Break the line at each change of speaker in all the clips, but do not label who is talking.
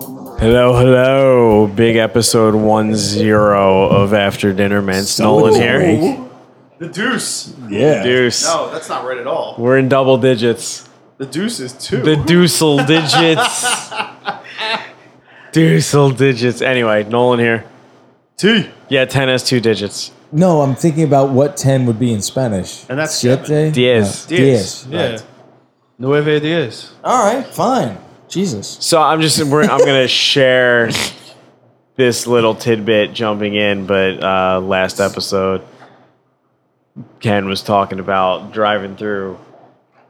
Hello, hello. Big episode 10 of After Dinner Man. It's Nolan here.
The deuce.
Yeah.
Deuce.
No, that's not right at all.
We're in double digits.
The deuce is two.
The deucel digits. deucel digits. Anyway, Nolan here.
T.
Yeah, 10 has two digits.
No, I'm thinking about what 10 would be in Spanish.
And that's
Siete?
Diez.
No,
Diez.
diez.
Yeah. Nueve diez.
All right, fine. Jesus.
So I'm just, we're, I'm going to share this little tidbit jumping in, but uh, last episode, Ken was talking about driving through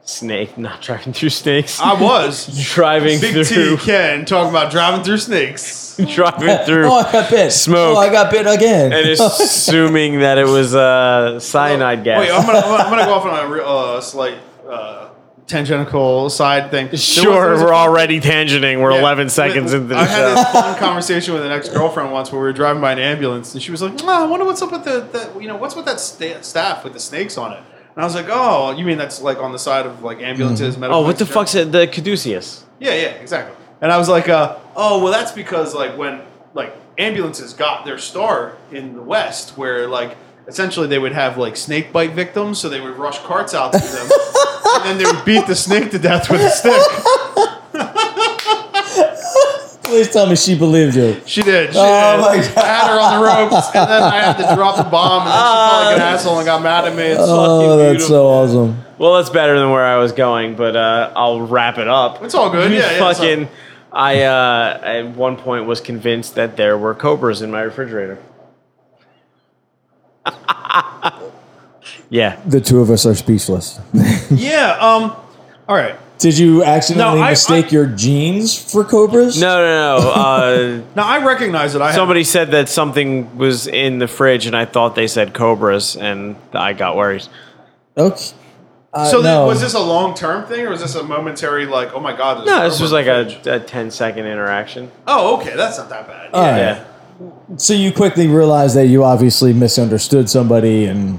snake, not driving through snakes.
I was.
driving
Ah, Big T
through
Ken talking about driving through snakes.
driving through
Oh, I got bit.
Smoke.
Oh, I got bit again.
and assuming that it was uh, cyanide gas.
Wait, oh, I'm gonna, I'm gonna, I'm gonna go off on a real, uh, slight uh, tangential side thing. There was- there
sure,
was a-
we're already tangenting. We're
yeah,
11
we-
seconds
we-
into
I
the
had
show.
this phone conversation with an ex girlfriend once where we were driving by an ambulance, and she was like, "Ah, "I wonder what's up with the, the you know what's with that sta- staff with the snakes on it." And I was like, "Oh, you mean that's like on the side of like ambulances, medical?"
Oh, what the
extra-
fuck's it? The caduceus.
Yeah, yeah, exactly. And I was like, uh, oh, well, that's because like when like ambulances got their start in the West, where like essentially they would have like snake bite victims, so they would rush carts out to them, and then they would beat the snake to death with a stick.
Please tell me she believed you.
She did. She
Oh,
did.
my God. Ah.
I had her on the ropes, and then I had to drop the bomb, and then she felt like an asshole and got mad at me. It's
Oh,
fucking
that's
beautiful.
so awesome.
Well, that's better than where I was going, but uh, I'll wrap it up.
It's all good.
You
Yeah, yeah, it's
fucking. I uh, at one point was convinced that there were cobras in my refrigerator. yeah.
The two of us are speechless.
yeah. Um. All right.
Did you accidentally
No, I-
mistake
I-
your jeans for cobras?
No, no, no. Uh,
Now I recognize that I have
Somebody said that something was in the fridge, and I thought they said cobras, and I got worried.
Okay. Uh,
So then,
no.
was this a long term thing, or was this a momentary like, oh my god? there's
No,
a
this was
rubber
like a,
fridge?
a 10 second interaction.
Oh, okay, that's not that bad.
All
Yeah.
right.
Yeah.
So you quickly realized that you obviously misunderstood somebody and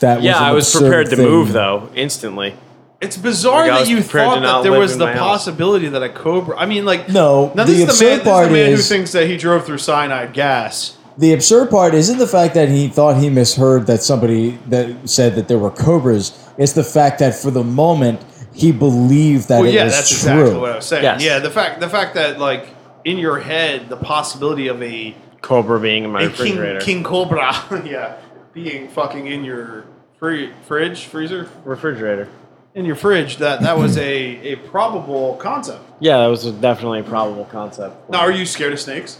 that was
Yeah,
an
I was
absurd
prepared to
thing.
move, though, instantly.
It's bizarre
Like, I
that
was
you
prepared to
thought
not
that there
live
was
in
the
my house.
possibility that a cobra. I mean, like,
No,
Now
the
this is the man.
absurd
This is
part
the man
is-
who thinks that he drove through cyanide gas.
The absurd part isn't the fact that he thought he misheard that somebody that said that there were cobras. It's the fact that for the moment he believed that
Well,
it
yeah,
was
that's
true.
exactly what I was saying.
Yes.
Yeah, the fact the fact that like in your head the possibility of a,
Cobra being in my
a king
refrigerator.
king cobra, yeah, being fucking in your free, fridge freezer
Refrigerator.
in your fridge that that was a a probable concept.
Yeah, that was definitely a probable concept.
Now, are you scared of snakes?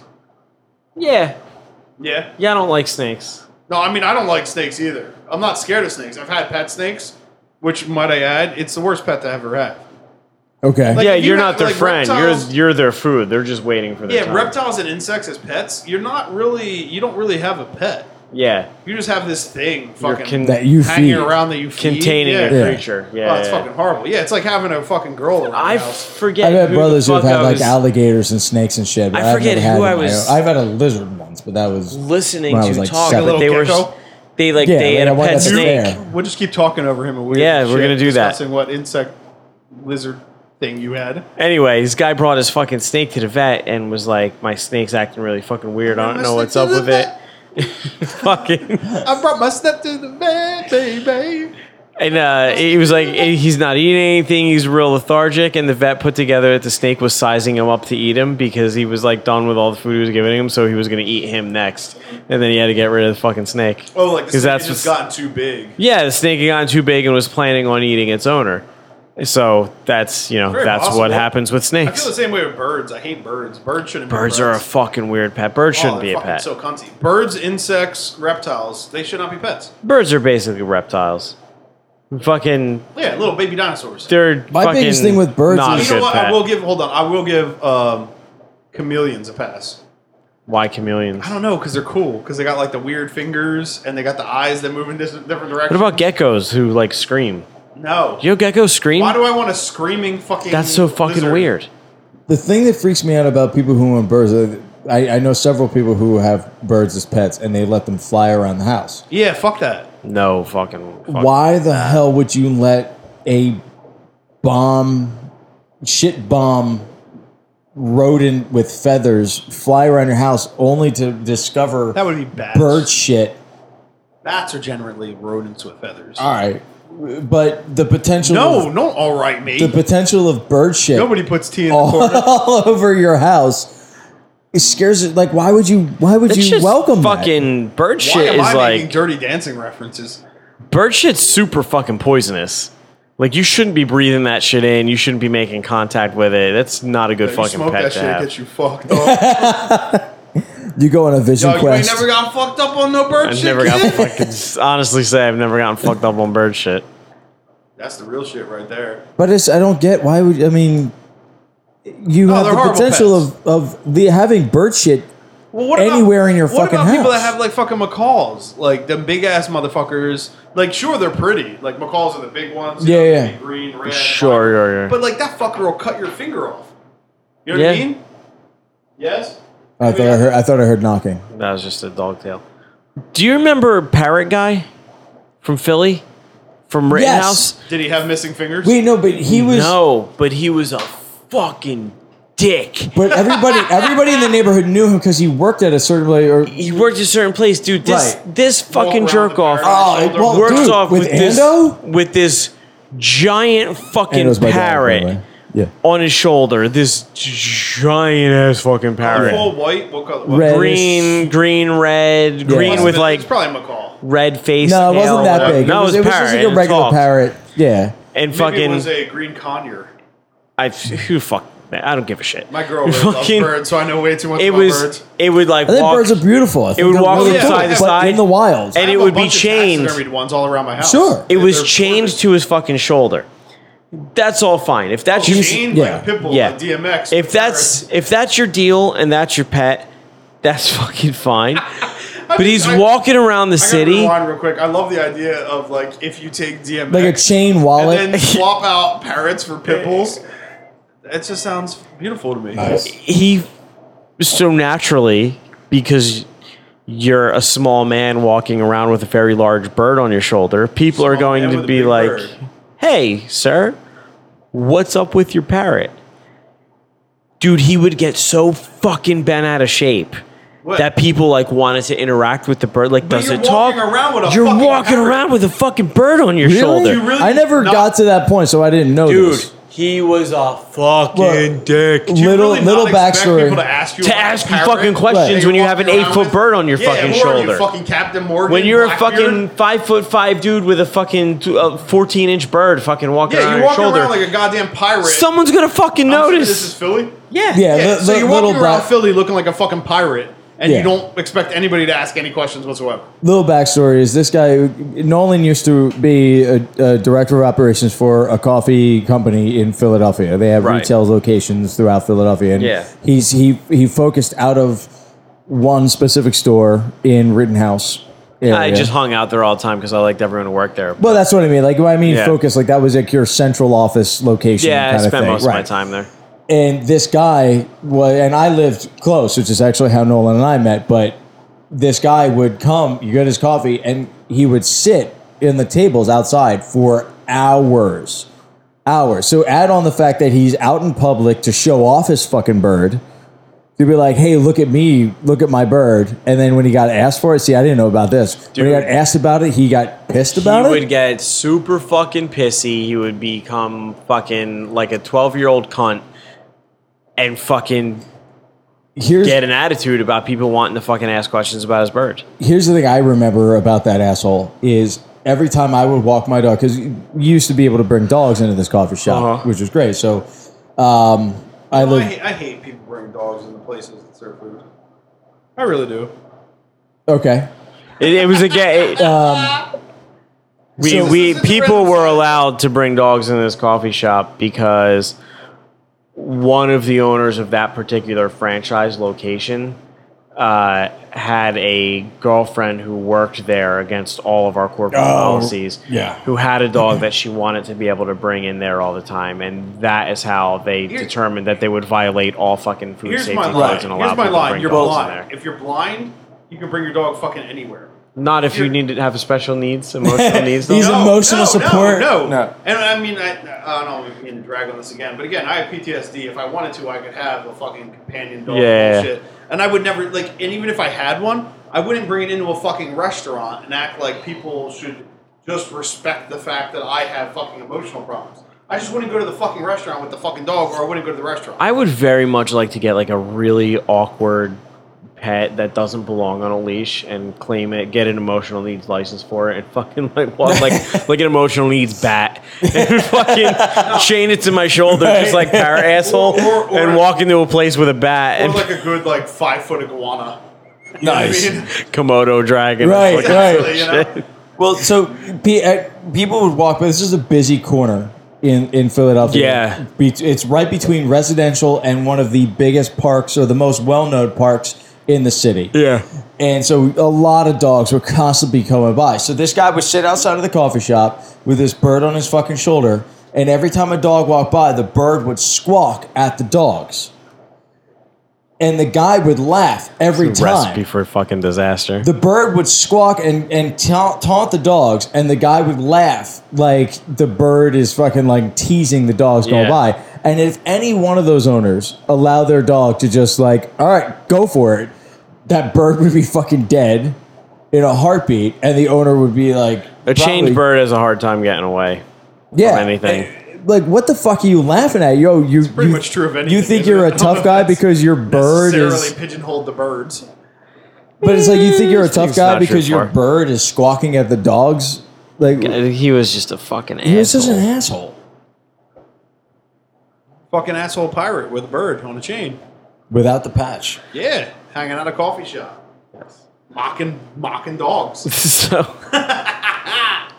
Yeah.
Yeah.
Yeah, I don't like snakes.
No, I mean I don't like snakes either. I'm not scared of snakes. I've had pet snakes, which might I add, it's the worst pet to ever had.
Okay.
Like-
yeah,
if you
you're
have,
not their
like,
friend.
reptiles-
You're you're their food. They're just waiting for their
Yeah,
time.
reptiles and insects as pets, you're not really you don't really have a pet.
Yeah,
You just have this thing fucking
con-
that you
hanging
feed.
around that you feed.
containing
yeah.
a
Yeah.
creature. Yeah,
oh, it's
yeah.
fucking horrible. Yeah, it's like having a fucking girl around
I
the house.
forget.
I've had
who
brothers
the
who have
fuck
had
I
like
was-
alligators and snakes and shit. But
I
I've
forget
never had
who I
it on my
was-
own. I've had a lizard once, but that was
listening
when I
to
was, like,
talk,
seven.
but they were
Little
they like
Yeah,
they
like,
had
I
a
went
pet
up the
snake.
fair.
We'll just keep talking over him and weird
Yeah, we're
shit,
gonna do that.
discussing what insect lizard thing you had.
Anyway, this guy brought his fucking snake to the vet and was like, "My snake's acting really fucking weird. I
My
don't know
snake
what's
to
up
the
with it." fucking
I brought my step to the bed, baby.
and uh, he was like, he's not eating anything. He's real lethargic. And the vet put together that the snake was sizing him up to eat him because he was like done with all the food he was giving him, so he was gonna eat him next. And then he had to get rid of the fucking snake.
Oh, like this
that's
that's just
what's-
gotten too big.
Yeah, the snake had gotten too big and was planning on eating its owner. So that's you know
Very
that's
possible.
what happens with
I feel
snakes.
the same way with birds. I hate birds. Birds shouldn't.
Birds
be
are a
birds.
fucking weird pet. Birds
Oh,
shouldn't be
they're
a
fucking
pet.
So cunty. Birds, insects, reptiles. They should not be pets.
Birds are basically reptiles. Fucking,
Yeah, little baby dinosaurs.
they're
My
fucking
biggest thing with birds
not
is-
you
a
know
good
what?
pet.
I will give. Hold on. I will give um, chameleons a pass.
Why chameleons?
I don't know because they're cool because they got like the weird fingers and they got the eyes that move in dis- different
What
directions.
about geckos who like scream?
no?
You know geckos scream?
Why do I want a screaming fucking?
That's so fucking
lizard?
weird.
the thing that freaks me out about people who own birds. uh, I, I know several people who have birds as pets and they let them fly around the house.
Yeah, fuck that.
No fucking. fuck.
Why the hell would you let a bomb, shit bomb, rodent with feathers fly around your house only to discover
That would be bats.
bird shit.
Bats are generally rodents with feathers.
All right, but the potential
no,
of,
no, all right, mate.
the potential of bird shit
Nobody puts tea in
Oh.
the
all,
corner.
all over your house. It scares it. Like, why would you? Why would
It's
you
just
welcome that?
fucking bird
Why
shit
am I
is
making
like
dirty dancing references?
bird shit's super fucking poisonous. Like you shouldn't be breathing that shit in. You shouldn't be making contact with it. That's not a good
You
fucking
smoke
pet
that
to
shit, it
have.
gets you fucked up.
You go on a vision
Dog, you ain't
quest.
never got fucked up on no bird
I've
shit.
never
kid.
gotten fucking. Honestly, say I've never gotten fucked up on bird shit.
That's the real shit right there.
but it's, I don't get why would I mean. You
No,
have
they're
the
horrible
potential
pets.
of of the having bird shit.
Well, what
Anywhere in your
what
fucking
about people that
house.
have like fucking macaws, like them big ass motherfuckers? Like, sure, they're pretty. Like macaws are the big ones. you
Yeah,
know,
yeah.
they be Green, red.
Sure, sure,
black.
sure.
But like that fucker will cut your finger off. You know what I
Yeah.
mean? Yes.
I thought I heard. I thought I heard knocking.
That was just a dog tail. Do you remember Parrot Guy from Philly? From Rittenhouse?
Did he have missing fingers?
Wait, no, but he was.
no, but he was a fucking dick.
But everybody, everybody in the neighborhood knew him because he worked at a certain place. Or
He worked at a certain place, dude. This
Right.
this
Walk
fucking
around
jerk
the
off
parrot on
Oh,
his shoulder.
well,
works
Dude,
off
with
with, this
Ando?
with this giant fucking
And it was my dad, by the
parrot
way. Yeah.
on his shoulder. This giant ass fucking
Full
parrot.
white. What color? what-
Red.
Green, green, red, green
Must've
with
been-
like
it's probably macaw.
red face.
No, it
tail,
wasn't that
whatever.
big.
No,
it was,
it was,
it was
parrot.
just like a
It
regular
talked.
parrot. Yeah.
And
Maybe
fucking,
it was a green conure.
I who fuck. I don't give a shit.
My girl really
Fucking-
loves birds, so I know way too much
It
about
was.
birds.
It would like
I think
walk,
birds are beautiful. I think
would
they're
walk
really
from
cool,
side to
but
side,
in the wild.
and
I
it
have a
would be
bunch of
chained.
taxidermied ones all around my house.
Sure.
It was
They're
chained
gorgeous.
to his fucking shoulder. That's all fine. If that's your,
chained
yeah.
like a pit bull,
Yeah.
a DMX.
if that's if that's your deal and that's your pet, that's fucking fine. but he's
I-
walking around the
I gotta
city.
rewind real quick. I love the idea of like if you take DMX,
like a chain
and
wallet.
then swap out parrots for pit bulls. It just sounds beautiful to me.
He so naturally because you're a small man walking around with a very large bird on your shoulder. People are
Small
going
man
to
with a
be
big
like,
bird.
"Hey, sir, what's up with your parrot?" Dude, he would get so fucking bent out of shape.
What?
that people like wanted to interact with the bird. Like,
But
does
you're
it talk?
walking around with a
you're
fucking
walking
parrot.
around with a fucking bird on your
Really?
shoulder,
You really
I never
not-
got to that point, so I didn't know
dude.
this.
He was a fucking
Look,
dick.
Do you
little
really
little
not expect People to
backstory.
ask you
To
about
ask
a
you
parrot?
fucking questions
Right.
when you
You're
have an
walking
eight
around
foot
with-
bird on your
Yeah,
fucking
who are you,
shoulder.
fucking Captain Morgan.
when you're a
Blackbeard?
fucking five foot five dude with a fucking t- uh, fourteen inch bird fucking walking
yeah,
around
you're
your
walking
shoulder,
around like a goddamn pirate.
someone's gonna fucking
I'm sorry,
notice.
This is Philly.
yeah,
Yeah,
Yeah,
li-
so
li-
you're
little
walking around
back-
Philly looking like a fucking pirate, and
Yeah.
you don't expect anybody to ask any questions whatsoever.
little backstory is this guy Nolan used to be a, a director of operations for a coffee company in Philadelphia. They have
Right.
retail locations throughout Philadelphia, and
Yeah.
he's he he focused out of one specific store in Rittenhouse. Area.
I just hung out there all the time because I liked everyone who worked there.
well, that's what I mean. Like, when I mean
Yeah.
focus, like that was like your central office location.
yeah, I
kind of
spent
thing.
most
right.
of my time there.
and this guy was, and I lived close, which is actually how Nolan and I met. But this guy would come, you get his coffee, and he would sit in the tables outside for hours, hours. So add on the fact that he's out in public to show off his fucking bird. To be like, hey, look at me, look at my bird, and then when he got asked for it, see, I didn't know about this. When he
Dude.
got asked about it, he got pissed about
he
it.
would get super fucking pissy. He would become fucking like a 12 year old cunt and fucking
Here's
get an attitude about people wanting to fucking ask questions about his bird.
here's the thing I remember about that asshole is every time I would walk my dog because you used to be able to bring dogs into this coffee shop,
Uh-huh.
which was great. So um, I
I,
live
hate, I hate people bringing dogs into places that serve food. I really do.
okay.
It, it was a gay. we
Um, so-
we
This is a
people
random
were
side.
allowed to bring dogs in this coffee shop because one of the owners of that particular franchise location uh, had a girlfriend who worked there against all of our corporate policies.
Oh, yeah.
who had a dog that she wanted to be able to bring in there all the time, and that is how they
Here-
determined that they would violate all fucking food
Here's
safety
my
laws
line.
and
Here's
allow
my
people to
line.
bring
You're
dogs in
blind.
there.
If you're blind, you can bring your dog fucking anywhere.
Not if you
You're-
need to have special needs, emotional needs. though.
He's a- emotional
no,
support.
No, no.
No.
And I mean, I, I don't know if we can drag on this again, but again, I have PTSD. If I wanted to, I could have a fucking companion dog
Yeah.
and shit. And I would never, like, and even if I had one, I wouldn't bring it into a fucking restaurant and act like people should just respect the fact that I have fucking emotional problems. I just wouldn't go to the fucking restaurant with the fucking dog, or I wouldn't go to the restaurant.
I would very much like to get like a really awkward pet that doesn't belong on a leash and claim it, get an emotional needs license for it, and fucking like walk like like an emotional needs bat and fucking chain it to my shoulder, just like power asshole,
Or- or- or-
and walk into a place with a bat
or
and
like a good, like, five foot iguana. You
Nice.
Know what I mean?
Komodo dragon.
Right,
Fucking-
right.
Exactly, you know?
Well, so pe- uh, people would walk by. This is a busy corner in, in Philadelphia.
Yeah.
Be- it's right between residential and one of the biggest parks or the most well known parks in the city.
Yeah.
And so a lot of dogs were constantly coming by. So this guy would sit outside of the coffee shop with this bird on his fucking shoulder. And every time a dog walked by, the bird would squawk at the dogs. And the guy would laugh every time
Recipe for fucking disaster.
the bird would squawk and, and taunt, taunt the dogs, and the guy would laugh like the bird is fucking like teasing the dogs going
Yeah.
by. And if any one of those owners allow their dog to just like, all right, go for it, that bird would be fucking dead in a heartbeat, and the owner would be like,
a
probably-
chained bird has a hard time getting away.
yeah,
anything.
eh, Like what the fuck are you laughing at, yo? You
pretty
you-
much true of anything,
You think
isn't
you're
it?
a tough guy because your bird
Necessarily
is,
pigeonholed the birds.
but it's like you think you're a
It's
tough
not
guy
true
because your
for-
bird is squawking at the dogs. Like
He was just a fucking asshole.
He was just an asshole
Fucking asshole pirate with a bird on a chain.
without the patch.
Yeah, hanging out at a coffee shop, mocking mocking dogs.
so
How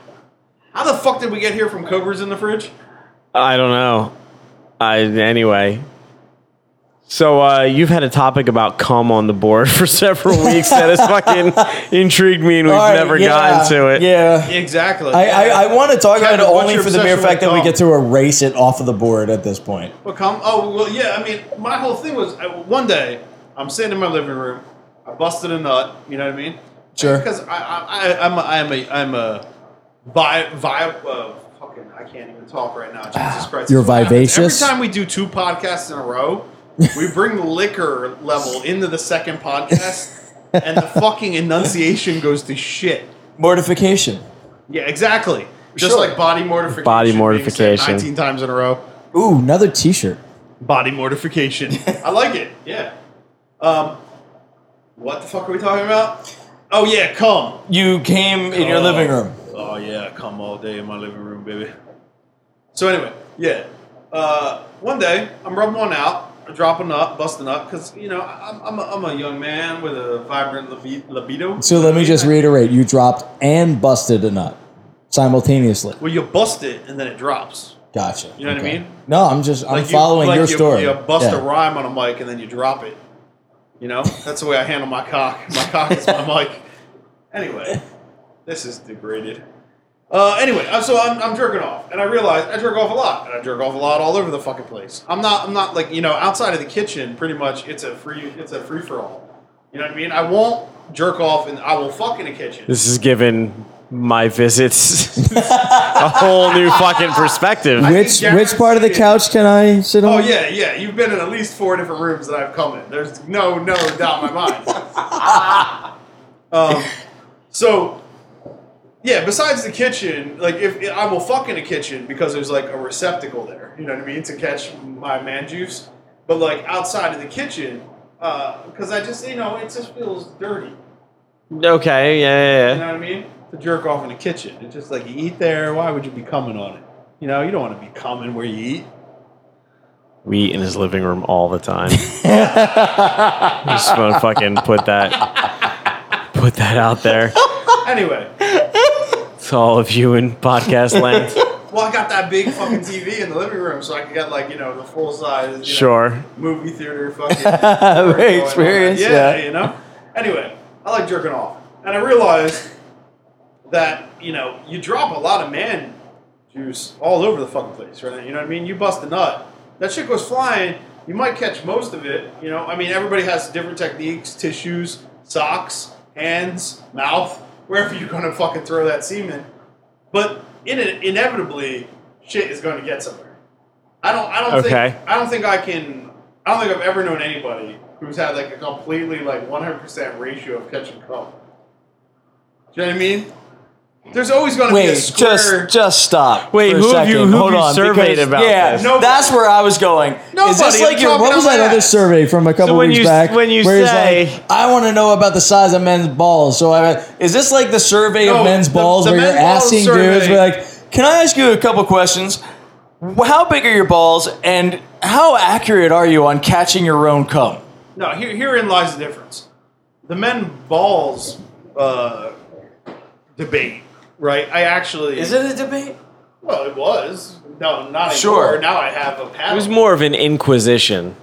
the fuck did we get here from cobras in the fridge?
I don't know. I anyway. So uh, you've had a topic about cum on the board for several weeks that has fucking intrigued me, and we've never gotten to it.
Yeah.
Exactly.
I, I, I want to talk about it
Kevin, what's
only
your
for the mere
obsession with
fact that we
dog?
get to erase it off of the board at this point.
What come? Oh well, yeah. I mean, my whole thing was I, one day I'm sitting in my living room, I busted a nut. You know what I mean?
Sure.
Because I, I, I I'm a, I'm a I'm a vi, vi, uh, fucking I can't even talk right now. Jesus Christ!
Ah,
This
You're
is what happens.
vivacious?
Every time we do two podcasts in a row, we bring the liquor level into the second podcast, and the fucking enunciation goes to shit.
Mortification.
Yeah, exactly. Just
Sure.
like body mortification.
Body
being said
mortification.
19 times in a row.
Ooh, another T-shirt.
Body mortification. I like it. Yeah. Um, what the fuck are we talking about? Oh, yeah, come.
You came in your
Oh.
living room.
Oh, yeah, come all day in my living room, baby. So, anyway, yeah. Uh, one day, I'm rubbing one out, dropping up, busting up, because, you know, I'm, I'm, a, I'm a young man with a vibrant libi- libido.
So let me just reiterate: you dropped and busted a nut simultaneously.
Well, you bust it and then it drops.
Gotcha.
You know what I mean?
No, I'm just I'm
you-
following
like
your
you-
story.
You bust
Yeah.
a rhyme on a mic and then you drop it. You know, that's the way I handle my cock. My cock is my mic. Anyway, this is degraded. Uh, anyway, uh, so I'm, I'm jerking off, and I realize I jerk off a lot, and I jerk off a lot all over the fucking place. I'm not I'm not like you know outside of the kitchen. Pretty much, it's a free it's a free for all. You know what I mean? I won't jerk off, and I will fuck in the kitchen.
This has given my visits a whole new fucking perspective.
I-
Which
Yeah.
which part of the couch can I sit on?
Oh yeah, yeah. You've been in at least four different rooms that I've come in. There's no, no doubt in my mind. um, so yeah. Besides the kitchen, like if I will fuck in a kitchen because there's like a receptacle there. You know what I mean to catch my man juice. But like outside of the kitchen, because I just you know it just feels dirty.
Okay, yeah,
You
yeah,
know what I mean? To jerk off in the kitchen. It's just like you eat there. Why would you be coming on it? You know you don't want to be coming where you eat.
yeah. We eat in his living room all the time. I just want to fucking put that put that out there
Anyway.
to all of you in podcast land.
Well, I got that big fucking TV in the living room, so I could get like you know the full size. you know,
Sure.
movie theater fucking going on.
experience, yeah.
you know. Anyway, I like jerking off, and I realized that you know you drop a lot of man juice all over the fucking place, right? You know what I mean? You bust a nut, that shit goes flying. You might catch most of it, you know. I mean, everybody has different techniques: tissues, socks, hands, mouth. wherever you're going to fucking throw that semen. But in inevitably, shit is going to get somewhere. I don't. I don't
Okay.
think. I don't think I can. I don't think I've ever known anybody who's had like a completely like 100% ratio of catch and cum. Do you know what I mean? There's always going to be a
Wait,
square.
just just stop.
Wait,
for a
who have you-
second.
who
Hold
have you
on,
surveyed
because-
about
yeah,
this?
Nobody.
that's where I was going. Is
Nobody,
this like
I'm
your?
talking
What was
out
that
my
other
ass.
survey from a couple
when
weeks
you-
back?
when you
where it's
say-
like, I want to know about the size of men's balls. So I is this like the survey
No,
of men's
the-
balls
the
where you're
men's balls
asking
survey-
dudes be like,
Can I ask you a couple questions? Wh- How big are your balls, and how accurate are you on catching your own cum?
No, here, herein lies the difference. The men balls uh, debate, right? I actually
Is it a debate?
Well, it was. No, not anymore.
Sure.
Now I have a paddle.
It was more of an inquisition.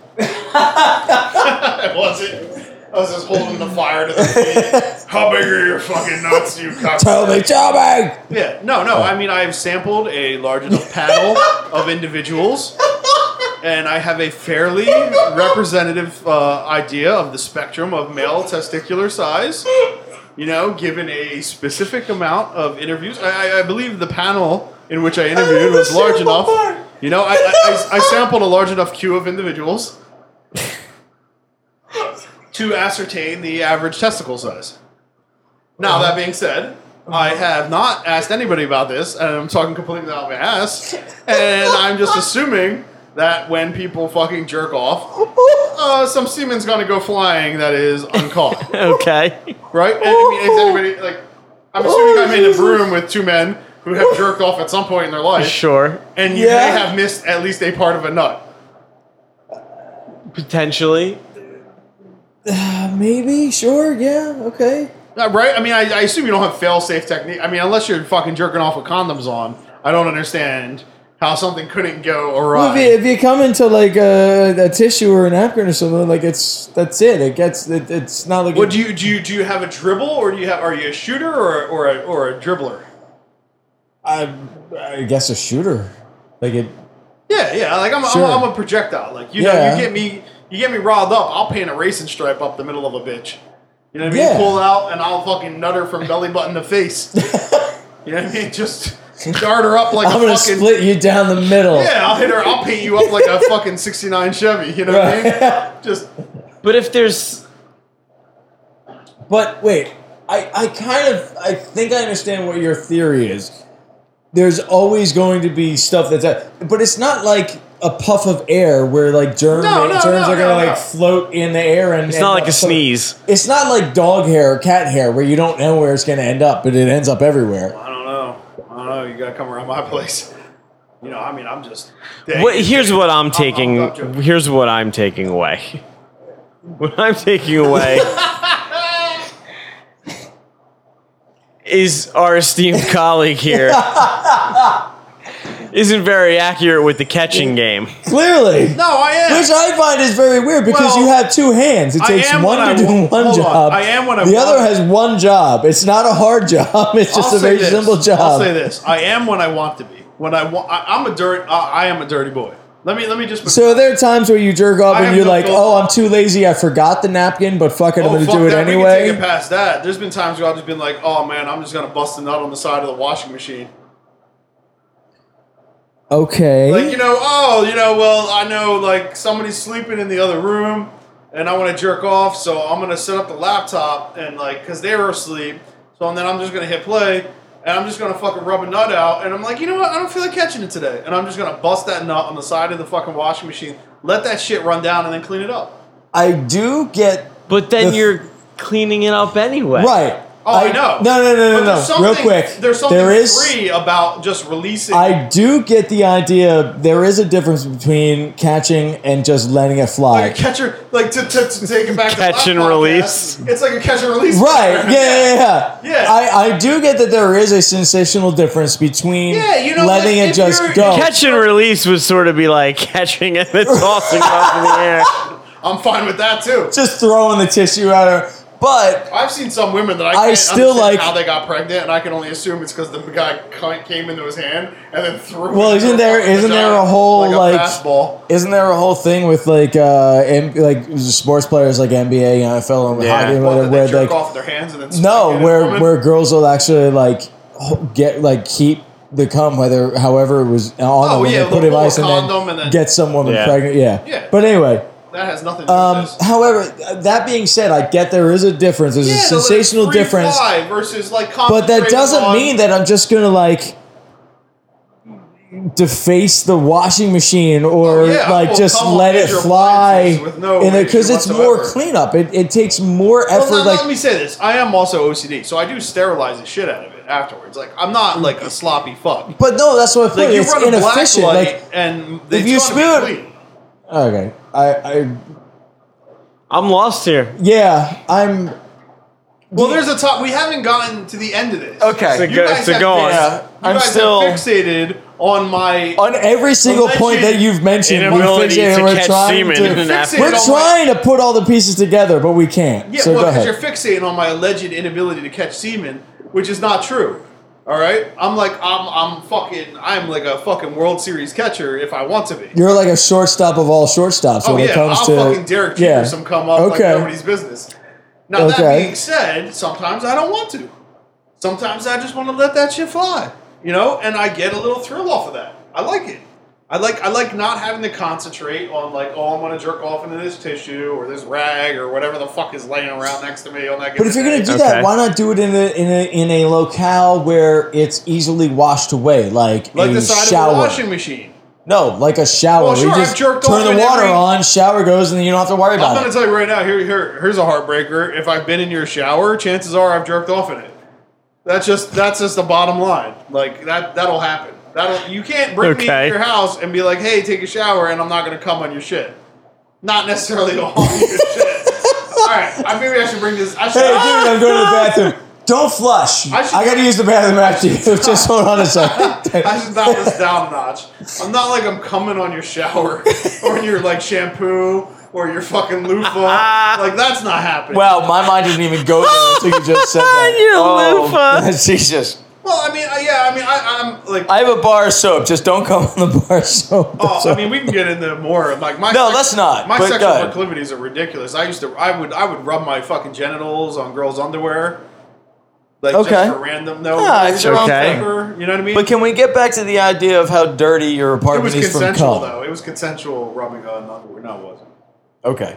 I wasn't. I was just holding the fire to the thing. How big are your fucking nuts, you cock?
tell me, tell me.
Yeah, no, no. I mean, I've sampled a large enough panel of individuals, and I have a fairly representative uh, idea of the spectrum of male testicular size. You know, given a specific amount of interviews, I, I- I believe the panel in which I interviewed was large enough. You know, I, I, I, I sampled a large enough queue of individuals to ascertain the average testicle size. Now that being said, I have not asked anybody about this, and I'm talking completely out of my ass, and I'm just assuming that when people fucking jerk off, uh, some semen's gonna go flying that is uncaught,
Okay.
right? And I mean, is anybody like? I'm assuming I'm in a room with two men who have jerked off at some point in their life,
Sure.
and you
Yeah.
may have missed at least a part of a nut.
Potentially.
Uh, maybe, sure, yeah, okay.
Uh, Right? I mean, I, I assume you don't have fail-safe technique. I mean, unless you're fucking jerking off with condoms on, I don't understand how something couldn't go awry.
Well, if, you, if you come into like a, a tissue or a napkin or something, like it's that's it. It gets it, it's not like
What do you do? You, do you have a dribble, or do you have? Are you a shooter or or a, or a dribbler?
I, I guess a shooter, like it.
Yeah, yeah. Like I'm,
Sure.
I'm, I'm a projectile. Like you know,
Yeah.
you get me, you get me riled up. I'll paint a racing stripe up the middle of a bitch. You know what I mean?
Yeah.
Pull out, and I'll fucking nut her from belly button to face. you know what I mean? Just dart her up like
I'm
a
gonna
fucking.
split you down the middle.
Yeah, I'll hit her. I'll paint you up like a fucking '69 Chevy. You know what I mean? Just
But if there's
But wait, I, I kind of I think I understand what your theory is. There's always going to be stuff that's out, but it's not like a puff of air where like germ,
No, no,
germs
no,
are gonna
no,
like
no.
float in the air and
it's
and
not like a
sort of-
sneeze.
It's not like dog hair or cat hair where you don't know where it's gonna end up, but it ends up everywhere.
I don't know. I don't know. You gotta come around my place. You know, I mean, I'm just.
What, here's what I'm
I'm
taking.
not joking.
Here's what I'm taking away. What I'm taking away is our esteemed colleague here isn't very accurate with the catching game.
Clearly.
No, I am.
Which I find is very weird because
Well,
you have two hands. It
I
takes
am
one
when I
to do
want-
one
hold on.
job.
I am when I
the
want.
other has one job. It's not a hard job. It's just
I'll
a
say
very
this.
simple job.
I'll say this: I am when I want to be. When I want, I, I'm a dirty. I, I am a dirty boy. Let me let me just.
So there are times where you jerk off
I
and
have
you're
no
like,
filter.
"Oh, I'm too lazy. I forgot the napkin, but fuck it,
oh,
I'm gonna
fuck
do it
that. We can take it
anyway."
past that. There's been times where I've just been like, "Oh man, I'm just gonna bust a nut on the side of the washing machine."
Okay.
Like you know, oh, you know, well, I know like somebody's sleeping in the other room, and I want to jerk off, so I'm gonna set up the laptop and like, cause they were asleep, so and then I'm just gonna hit play, and I'm just gonna fucking rub a nut out, and I'm like, you know what, I don't feel like catching it today, and I'm just gonna bust that nut on the side of the fucking washing machine, let that shit run down, and then clean it up.
I do get
But then
The-
you're cleaning it up anyway.
right.
Oh, I, know. But
No, no, no, no,
there's
no. Real
something-
quick,
There's something
there is-
free about just releasing.
I do get the idea. There is a difference between catching and just letting it fly.
like a catcher, like to, to, to take it back to
Catch
the
and
podcast,
release.
It's like a catch and release.
Right. Yeah, yeah, yeah.
Yeah.
I, I do get that there is a sensational difference between
Yeah, you know,
letting
like,
it
if
just
you're-
go.
Catch and release would sort of be like catching and then tossing it up in the air.
I'm fine with that too.
just throwing the tissue at her.
But
I've seen some women that I,
I
can't
still
understand
like-
how they got pregnant, and I can only assume it's because the guy cunt came into his hand and then threw.
Well,
it
isn't
into
there-
her
isn't there a
vagina
whole, like-
a fastball?
isn't there a whole thing with like uh M- like sports players like NBA, NFL, and
Yeah.
hockey, and
What,
whatever,
did they
where
jerk
like
off their hands and then
no,
spank it at
where
women?
where girls will actually like ho- get like keep the cum, whether however it was on
Oh,
them, and
yeah,
they put
little-
it in ice and
little
then,
condom and then-
get some woman
Yeah.
pregnant. Yeah.
Yeah.
But anyway,
that has nothing to do
um,
with this.
however, that being said, I get there is a difference. There's a
Yeah, so like
sensational
free
difference,
fly versus like
but that
concentrated
doesn't
on-
mean that I'm just gonna like deface the washing machine or
Oh, yeah,
like
well,
just
come on,
let it
major
fly
appliances with no
because
issue
it's more
whatsoever.
cleanup. It, it takes more effort.
Well, now,
like
let me say this: I am also OCD, so I do sterilize the shit out of it afterwards. Like I'm not like a sloppy fuck.
But no, that's what I
Like
point. it's
you run a black
inefficient.
light
Like
and
if
it's
you
gonna be
spewed-
clean.
okay, I, I
I'm lost here.
yeah, I'm
Well, there's a top. We haven't gotten to the end of this.
So
okay,
go- so go on.
fixed-
Yeah,
you
I'm
guys have
still- Oh,
fixated on my.
on every single
Alleged
point that you've mentioned. we're
Inability
fixating
to
and we're
catch
trying
semen
to-
in an
Fix it.
apple.
we're
don't
trying to put all the pieces together, but we can't.
yeah,
so
well,
go
because
ahead.
you're fixating on my alleged inability to catch semen, which is not true. All right, I'm like I'm I'm fucking I'm like a fucking World Series catcher if I want to be.
You're like a shortstop of all shortstops
Oh
when
yeah,
it comes
I'll
to
fucking Derek Jeter
yeah.
some come up
Okay,
like nobody's business. Now that
Okay.
being said, sometimes I don't want to. Sometimes I just want to let that shit fly, you know. And I get a little thrill off of that. I like it. I like I like not having to concentrate on like oh I'm gonna jerk off into this tissue or this rag or whatever the fuck is laying around next to me on that.
but if you're gonna
given
do
day.
Okay.
that, why not do it in a in a in a locale where it's easily washed away, like,
like
a
the side
shower?
of the washing machine,
No, like a shower.
Well,
We
sure, I've
just
jerked off
turn
in
the water
every-
on, shower goes, and then you don't have to worry
I'm
about
gonna
it.
tell you right now. Here, here, here's a heartbreaker. If I've been in your shower, chances are I've jerked off in it. That's just that's just the bottom line. Like that that'll happen. That'll you can't bring me
Okay.
to your house and be like, hey, take a shower, and I'm not gonna come on your shit. Not necessarily to harm your shit. All right, I, maybe I should bring this. I should.
Hey, dude, I'm going to the bathroom. Don't flush. I,
I should-
got to use the bathroom after you. Just hold on a second.
I should knock this down a notch. I'm not like I'm coming on your shower or your like shampoo or your fucking loofah. Like that's not happening.
wow, my mind didn't even go there until you just said that.
You're
oh, Jesus.
well, I mean, I, yeah, I mean, I, I'm like
I have a bar of soap. Just don't come.
on the bar soap.
Oh, I mean, we can get into more. Like my
No, let's not,
My
but
sexual
go ahead.
proclivities are ridiculous. I used to, I would, I would rub my fucking genitals on girls' underwear, like
Okay.
just for random. No,
Ah,
it's your own
okay.
flavor, You know what I mean?
But can we get back to the idea of how dirty your
it
apartment
was
is from
consensual
cum?
though. It was consensual rubbing on underwear. No, it wasn't.
Okay.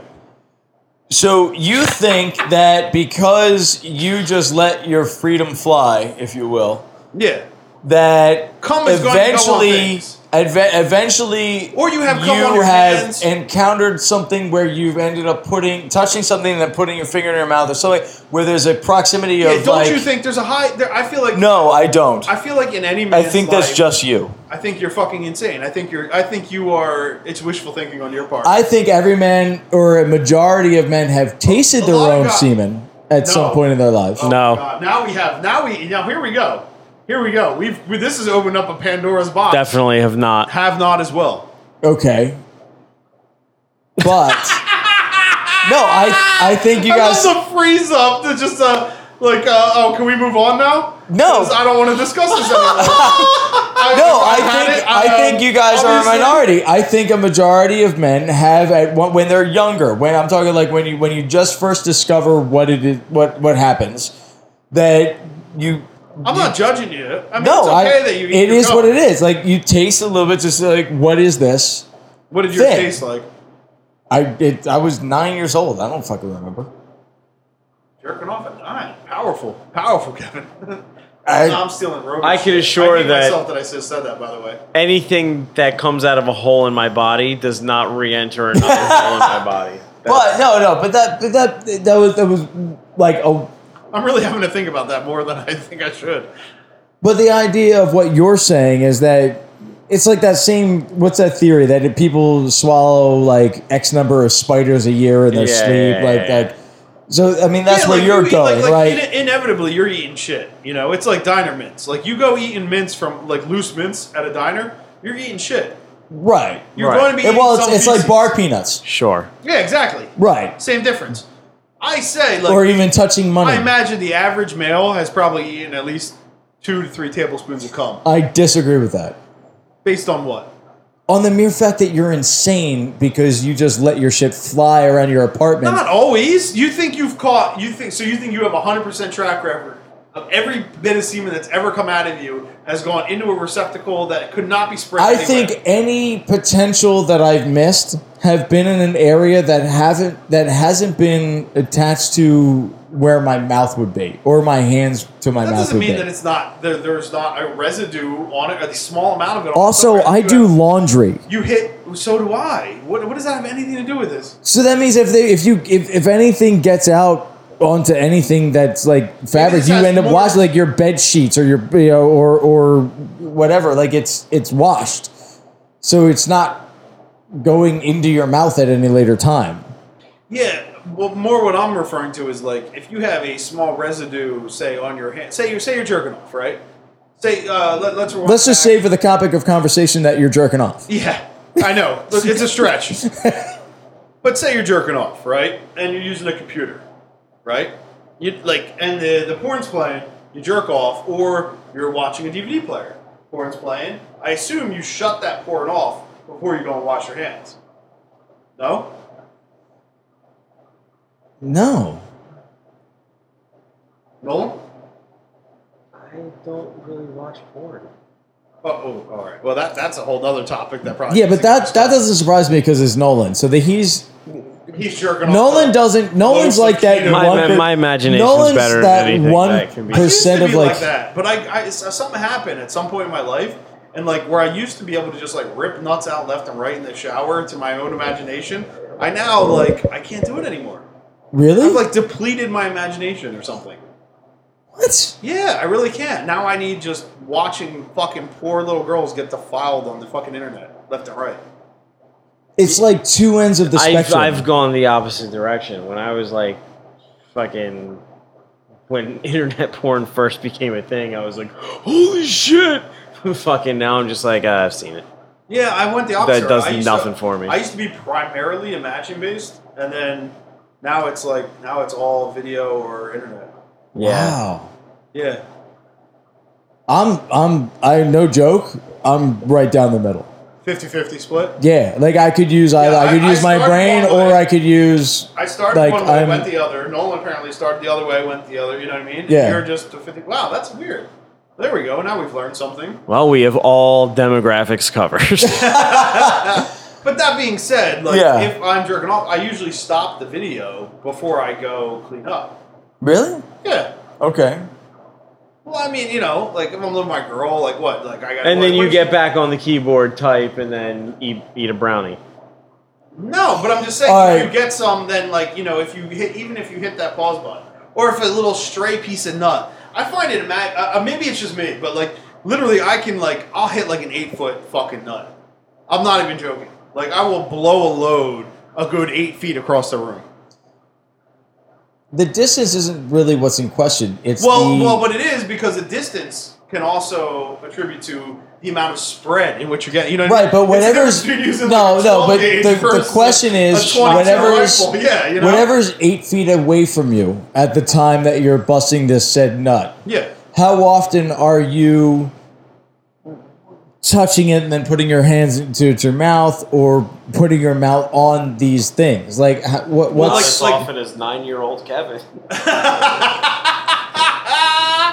So you think that because you just let your freedom fly, if you will,
Yeah.
that
Cum is going to go on
eventually,
things.
adve- eventually,
Or you have cum
you
on your
have
hands.
encountered something where you've ended up putting, touching something, and then putting your finger in your mouth or something, where there's a proximity
Yeah.
of
Don't
like.
you think there's a high? There, I feel like
no, I don't.
I feel like in any.
I
Man's
think that's
life,
just you.
I think you're fucking insane. I think you're. I think you are. It's wishful thinking on your part.
I think every man or a majority of men have tasted
A
their
lot of
own
guys-
semen at some
No.
point in their lives.
Oh
No.
my God. Now we have. Now we. Now here we go. Here we go. We've. We, this has opened up a Pandora's box.
Definitely have not.
Have not as well.
Okay. But no, I I think you
I
guys
love the freeze up to just uh, like uh, oh, can we move on now?
No.
'Cause I don't want to discuss this anymore. I,
No, I
I've had
think
it. um,
I think you guys are a
obviously-
minority.
minority. I think a majority of men have at one, when they're younger. When I'm talking like when you when you just first discover what it is, what what happens, that you
I'm not judging you. I mean,
no,
it's
I,
okay that you. eat
it
your
is
cum.
what it is. Like you taste a little bit, just like what is this?
What did yours
Thick.
taste like?
I it, I was nine years old. I don't fucking remember.
Jerking off at nine. Powerful, powerful, Kevin.
I-
I'm stealing Rogan's
I can
shit.
assure
I hate
that-
myself that I just said that. By the way.
Anything that comes out of a hole in my body does not re-enter another hole in my body.
But no, no,
But that but that that was that was like a
I'm really having to think about that more than I think I should.
But the idea of what you're saying is that it's like that same what's that theory that if people swallow like X number of spiders a year in their
Yeah,
sleep,
yeah, yeah,
like
yeah.
like. So I mean, that's
Yeah,
where
like,
you're
you eat-
going,
like,
right?
like, ine- inevitably, you're eating shit. You know, it's like diner mints. Like you go eating mints from like loose mints at a diner, you're eating shit.
right.
You're
Right.
going to be
And
eating
well, it's,
some
it's like
feces.
bar peanuts,
Sure.
Yeah, exactly.
right?
Same difference. I say, like,
or even touching money.
I
I,
imagine the average male has probably eaten at least two to three tablespoons of cum.
disagree with that.
Based on what?
On the mere fact that you're insane because you just let your shit fly around your apartment.
Not always. You think you've caught. You think so. You think you have a hundred percent track record of every bit of semen that's ever come out of you has gone into a receptacle that could not be spread.
I
anywhere.
think any potential that I've missed have been in an area that haven't that hasn't been attached to where my mouth would be or my hands to my
that
mouth
doesn't
would be.
mean that it's not there. There's not a residue on it, or the small amount of it. on
also,
it.
I
You
do
have-
laundry.
You hit. So do I. What, what does that have anything to do with this?
So that means if they, if you, if, if anything gets out onto anything that's like fabric,
this
you
has
end up
more-
washing like your bed sheets or your, you know, or or whatever. Like it's it's washed, so it's not going into your mouth at any later time.
Yeah, well, more what I'm referring to is like if you have a small residue, say on your hand, say you say you're jerking off, right? Say, uh, let, let's rewind
Let's just
back.
say for the topic of conversation that you're jerking off.
Yeah, I know. Look, it's a stretch. but say you're jerking off, right? And you're using a computer, right? You like, and the the porn's playing. You jerk off, or you're watching a DVD player. Porn's playing. I assume you shut that porn off before you go and wash your hands. No.
No,
Nolan?
I don't really watch porn.
Oh, oh, all right. Well, that that's a whole other topic that probably.
yeah, but that that doesn't surprise me because it's Nolan. So that he's
he's jerking off.
Nolan doesn't. Nolan's like that.
My,
one
ma-
bit-
my imagination's
Nolan's
better
that
than anything
one
that can be.
I used to
percent
be
of,
like,
like-
that, but I, I so- something happened at some point in my life, and like where I used to be able to just like rip nuts out left and right in the shower to my own imagination, I now like I can't do it anymore.
really.
I've like depleted my imagination or something.
what?
Yeah, I really can't. Now I need just watching fucking poor little girls get defiled on the fucking internet left and right.
It's like two ends of the
I've,
spectrum.
I've gone the opposite direction. When I was like, fucking, when internet porn first became a thing, I was like, holy shit! fucking now I'm just like, uh, I've seen it.
Yeah, I went the opposite.
That does
I used
nothing
to-
for me.
I used to be primarily imagine based, and then now it's like now it's all video or internet.
Wow.
Yeah.
I'm I'm I no joke. I'm right down the middle.
50-50 split.
Yeah, like I could use either.
Yeah,
I, could
I- I
use my
started
brain,
one way.
or I could use.
I started
Like,
one way,
I'm-
went the other. Nolan apparently started the other way, went the other. You know what I mean?
Yeah.
You're just a 50. Wow, that's weird. There we go. Now we've learned something.
Well, we have all demographics covered.
But that being said, like
Yeah.
if I'm jerking off, I usually stop the video before I go clean up.
Really?
Yeah.
Okay.
Well, I mean, you know, like if I'm with my girl, like what? Like I got.
and then you get back on the keyboard, type, and then eat, eat a brownie.
No, but I'm just saying,
All
if
right.
you get some, then like you know, if you hit, even if you hit that pause button, or if a little stray piece of nut, I find it. Ima- uh, uh, maybe it's just me, but like literally, I can like I'll hit like an eight foot fucking nut. I'm not even joking. Like I will blow a load a good eight feet across the room.
The distance isn't really what's in question. It's
Well,
the,
well, but it is because the distance can also attribute to the amount of spread in which you're getting. You know, what I
Right,
mean?
but
It's the
whatever's-
difference between using,
no,
like, a
no, but
12 gauge
the- the
versus
question
a
is
22
whatever's-
rifle. yeah, you know?
whatever's eight feet away from you at the time that you're busting this said nut.
yeah.
How often are you touching it and then putting your hands into your mouth or putting your mouth on these things? Like, how, what, what's
like-
as
like-
often as nine-year-old Kevin.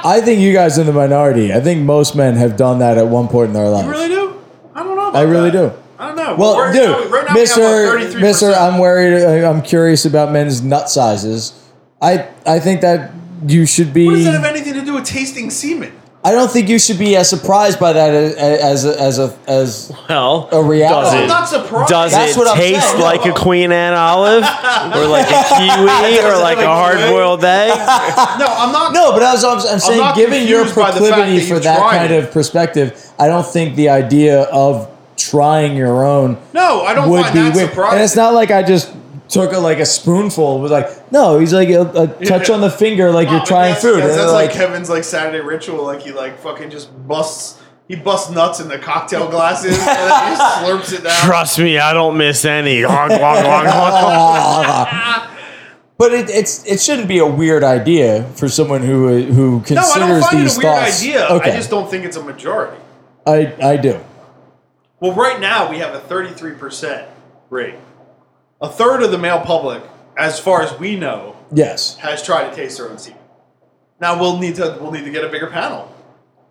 I think you guys are in the minority. I think most men have done that at one point in their lives.
You really do? I don't know. About
I really
that.
do.
I don't know.
Well,
We're-
dude,
now- right now we have
Mister,
about 33%.
Mister, I'm worried. I- I'm curious about men's nut sizes. I I think that you should be.
What does that have anything to do with tasting semen?
I don't think you should be as surprised by that as as a, as a, as.
Well,
A reality.
does it-
I'm not surprised.
Does
That's
it
what I'm
taste
saying.
like a Queen Anne olive, or like a kiwi, or like a hard-boiled egg?
No, I'm not.
No, but as I'm, I'm saying,
not
given your
confused by the fact
proclivity
that you
for that
tried
kind
it.
of perspective, I don't think the idea of trying your own
No, I don't
would
find
be
that
weird.
surprising.
And it's not like I just took a, like a spoonful. It was like no, he's like a, a touch on the finger, like
Wow,
you're trying
Oh, that's-
food.
That's,
And
that's
they're
like,
like-
Kevin's like Saturday ritual. Like he like fucking just busts. He busts nuts in the cocktail glasses and then he slurps it down.
Trust me, I don't miss any. Glug, glug, glug, glug.
but
But it, it's it shouldn't be a weird idea for someone who who
No,
considers
I don't find it
these
a weird
thoughts.
idea.
Okay,
I just don't think it's a majority.
I, I do.
Well, right now we have a 33% rate. A third of the male public, as far as we know,
Yes,
has tried to taste their own semen. Now we'll need to we'll need to get a bigger panel.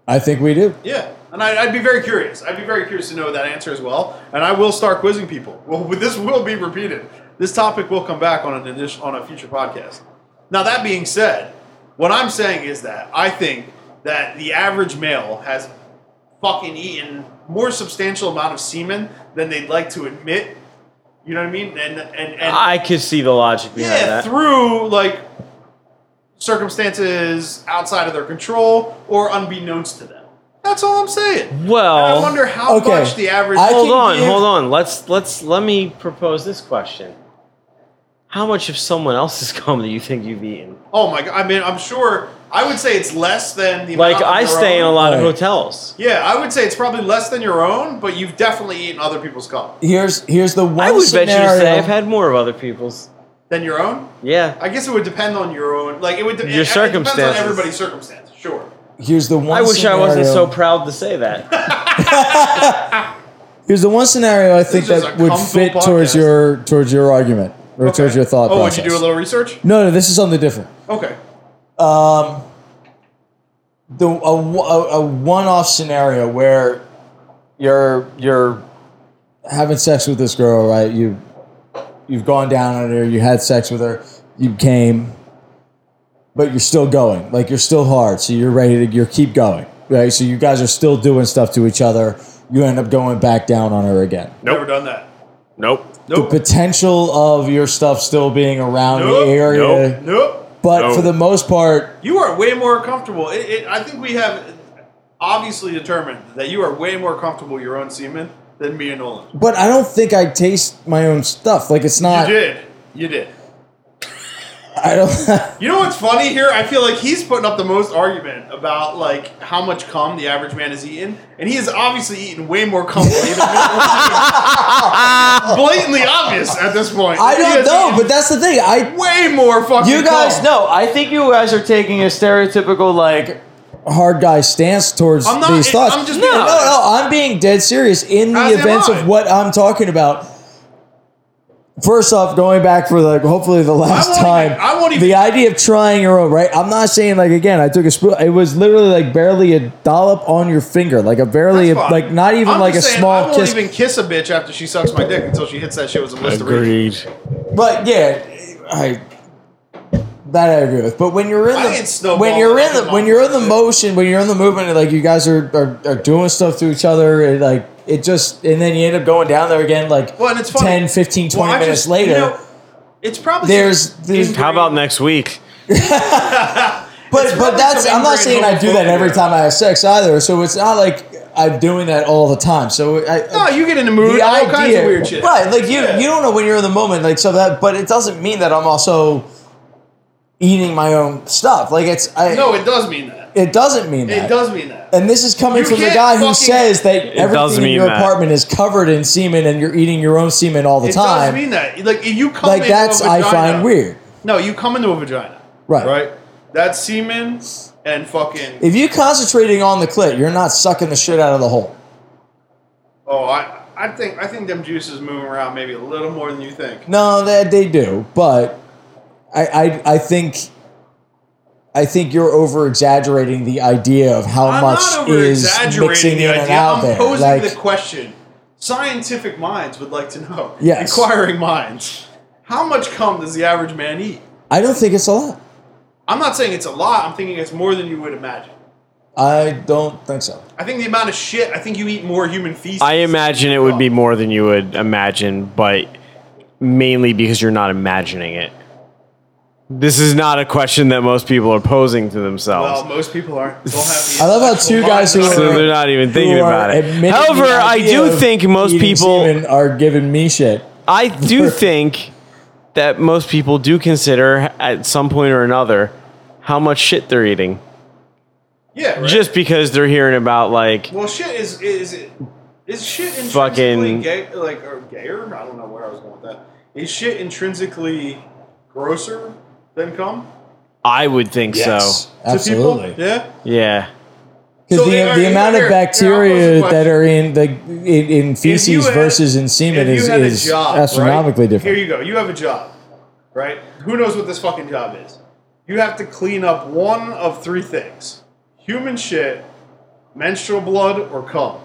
I think we do.
Yeah, and I, I'd be very curious. I'd be very curious to know that answer as well. And I will start quizzing people. Well, this will be repeated. This topic will come back on an addition, on a future podcast. Now that being said, what I'm saying is that I think that the average male has fucking eaten more substantial amount of semen than they'd like to admit. You know what I mean? And and and
I could see the logic behind
yeah,
that.
through like circumstances outside of their control or unbeknownst to them. That's all I'm saying.
Well,
And I wonder how
okay.
much the average. Oh,
I
hold
can
on,
give-
hold on. Let's let's let me propose this question. How much of someone else's cum do you think you've eaten?
oh my god! I mean, I'm sure. I would say it's less than the
Like
amount of
I
your
stay in
own.
a lot of
Right.
hotels.
Yeah, I would say it's probably less than your own, but you've definitely eaten other people's cum
Here's here's the one
I would
scenario.
venture to say I've had more of other people's.
than your own.
Yeah,
I guess it would depend on your own. Like it would de-
Your
it- it depends on
circumstances.
everybody's circumstances. Sure.
here's the one.
I wish I wasn't so
scenario-
proud to say that.
Here's the one scenario I think
This is
that
a
would
cum-filled
fit towards
podcast.
your towards your argument or towards your thought
Oh,
process.
would you do a little research?
no, no, this is something different.
Okay.
Um, the a, a, a one-off scenario where you're you're having sex with this girl, right? You you've gone down on her, you had sex with her, you came, but you're still going, like you're still hard, so you're ready to you keep going, right? So you guys are still doing stuff to each other. You end up going back down on her again.
Never done that.
nope.
Nope.
The potential of your stuff still being around
Nope.
the area,
Nope.
Nope.
but
Nope.
for the most part,
You are way more comfortable. It, it, I think we have obviously determined that you are way more comfortable your own semen than me and Nolan.
But I don't think I taste my own stuff. Like it's
You
not.
did. You did.
I don't.
You know what's funny here? I feel like he's putting up the most argument about like how much cum the average man has eaten, and he has obviously eaten way more cum. than he has eaten. Blatantly obvious at this point.
I
He
don't
has
know.
eaten
But that's the thing. I.
way more fucking.
You guys
cum.
know. I think you guys are taking a stereotypical like.
Hard guy stance towards
I'm not-
these thoughts.
I'm just
no,
being
no,
honest.
no. I'm being dead serious in the
As am
events
I.
of what I'm talking about. First off, going back for like hopefully the last
won't
time.
even- I won't even-
the idea of trying your own, right? I'm not saying like again. I took a spoon. It was literally like barely a dollop on your finger, like a barely,
That's
a,
fine.
like not even
I'm
like a
just saying, I
small
won't
kiss.
even kiss a bitch after she sucks my dick until she hits that shit with some Listerine.
But yeah, I that I agree with. But when you're in
I didn't
the
snowball
when you're in the
nothing
when
on
you're in
that
the
shit.
motion, when you're in the movement, and, like you guys are, are, are doing stuff to each other, and like it just and then you end up going down there again like
Well, and it's funny.
10, 15, 20
Well, I
minutes
just- you
later.
know, it's probably
There's- there's-
ingrained-
How about next week?
but
It's
but
really
that's
some
I'm not saying I
ingrained
do that every
homophobia.
time I have sex either. So it's not like I'm doing that all the time. So I
No, you get in the mood,
the
all
idea,
kinds of weird shit.
right? Like you,
Yeah.
you don't know when you're in the moment, like so that. But it doesn't mean that I'm also eating my own stuff. Like it's, I,
No, it does mean that.
it doesn't mean that.
It does mean that.
And this is coming
You
from the
can't
guy who
fucking-
says that
does
everything in
mean
your
that.
apartment is covered in semen, and you're eating your own semen all the
It does
time.
mean that. Like if you come
like
into a
that's I
vagina-
find weird.
No, you come into a vagina.
Right.
Right. That's semen and fucking.
If you're concentrating on the clit, you're not sucking the shit out of the hole.
Oh, I, I think I think them juices moving around maybe a little more than you think.
No, that they do, but I, I, I think, I think you're over exaggerating the idea of how
I'm not
much
over
is
exaggerating
mixing
the
in and
idea.
out
I'm
there.
posing
like,
the question. Scientific minds would like to know.
Yes.
Inquiring minds. How much cum does the average man eat?
I don't think it's a lot.
I'm not saying it's a lot. I'm thinking it's more than you would imagine.
I don't think so.
I think the amount of shit. I think you eat more human feces.
I imagine it would be more than you would imagine, but mainly because you're not imagining it. This is not a question that most people are posing to
Well,
themselves.
most people aren't. Don't have the
I love how
intellectual
two guys
mind.
who
so
are-
they're not even
Who
thinking
are
about it.
admitting the
However, I
idea
do
of
think most
eating
people
semen are giving me shit.
I do think that most people do consider at some point or another how much shit they're eating.
Yeah. Right?
Just because they're hearing about like
Well, shit is is is, is shit intrinsically
Fucking-
gay, like or gayer? I don't know where I was going with that. Is shit intrinsically grosser than cum
I would think
Yes.
so.
to
Absolutely.
people? Yeah.
Yeah.
So
Because the,
here-
the
here-
amount
here-
of
here, I'll pose a
bacteria
question.
that are in the in, in feces
had-
versus in
If
semen
you
is,
had a
is
job,
astronomically
right?
different.
Here you go. You have a job, right? Who knows what this fucking job is? You have to clean up one of three things: human shit, menstrual blood, or cum.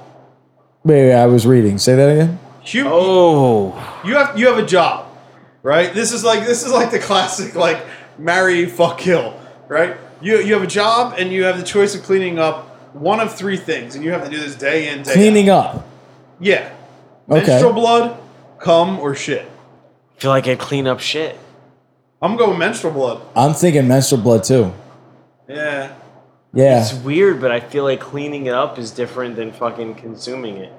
Wait, wait, I was reading. Say that again.
Hum-
Oh,
You have you have a job, right? This is like this is like the classic like marry fuck kill, right? You you have a job and you have the choice of cleaning up one of three things, and you have to do this day in day
Cleaning
out.
up.
Yeah.
Okay.
Menstrual blood, cum, or shit.
I feel like I clean up shit.
I'm going menstrual blood.
I'm thinking menstrual blood too.
Yeah.
Yeah.
It's weird, but I feel like cleaning it up is different than fucking consuming it.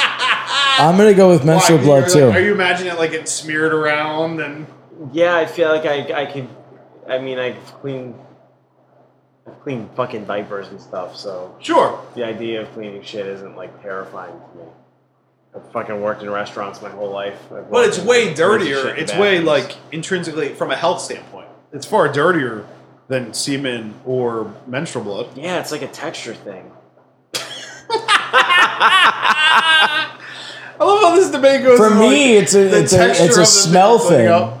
I'm gonna go with menstrual
Why?
blood
You're like- Are
too.
you imagining it like it's smeared around and
Yeah, I feel like I I could. I mean, I clean. I clean fucking diapers and stuff, so
sure?
the idea of cleaning shit isn't like terrifying to me. I've fucking worked in restaurants my whole life. I've
But
worked
it's
in
way
places of
dirtier.
shit in
It's way
bathrooms.
like intrinsically from a health standpoint. It's far dirtier than semen or menstrual blood.
Yeah, it's like a texture thing.
I love how this debate goes.
For
from, like,
me, it's a
the
it's a
texture
it's
of the
a smell
thing.
thing.
out.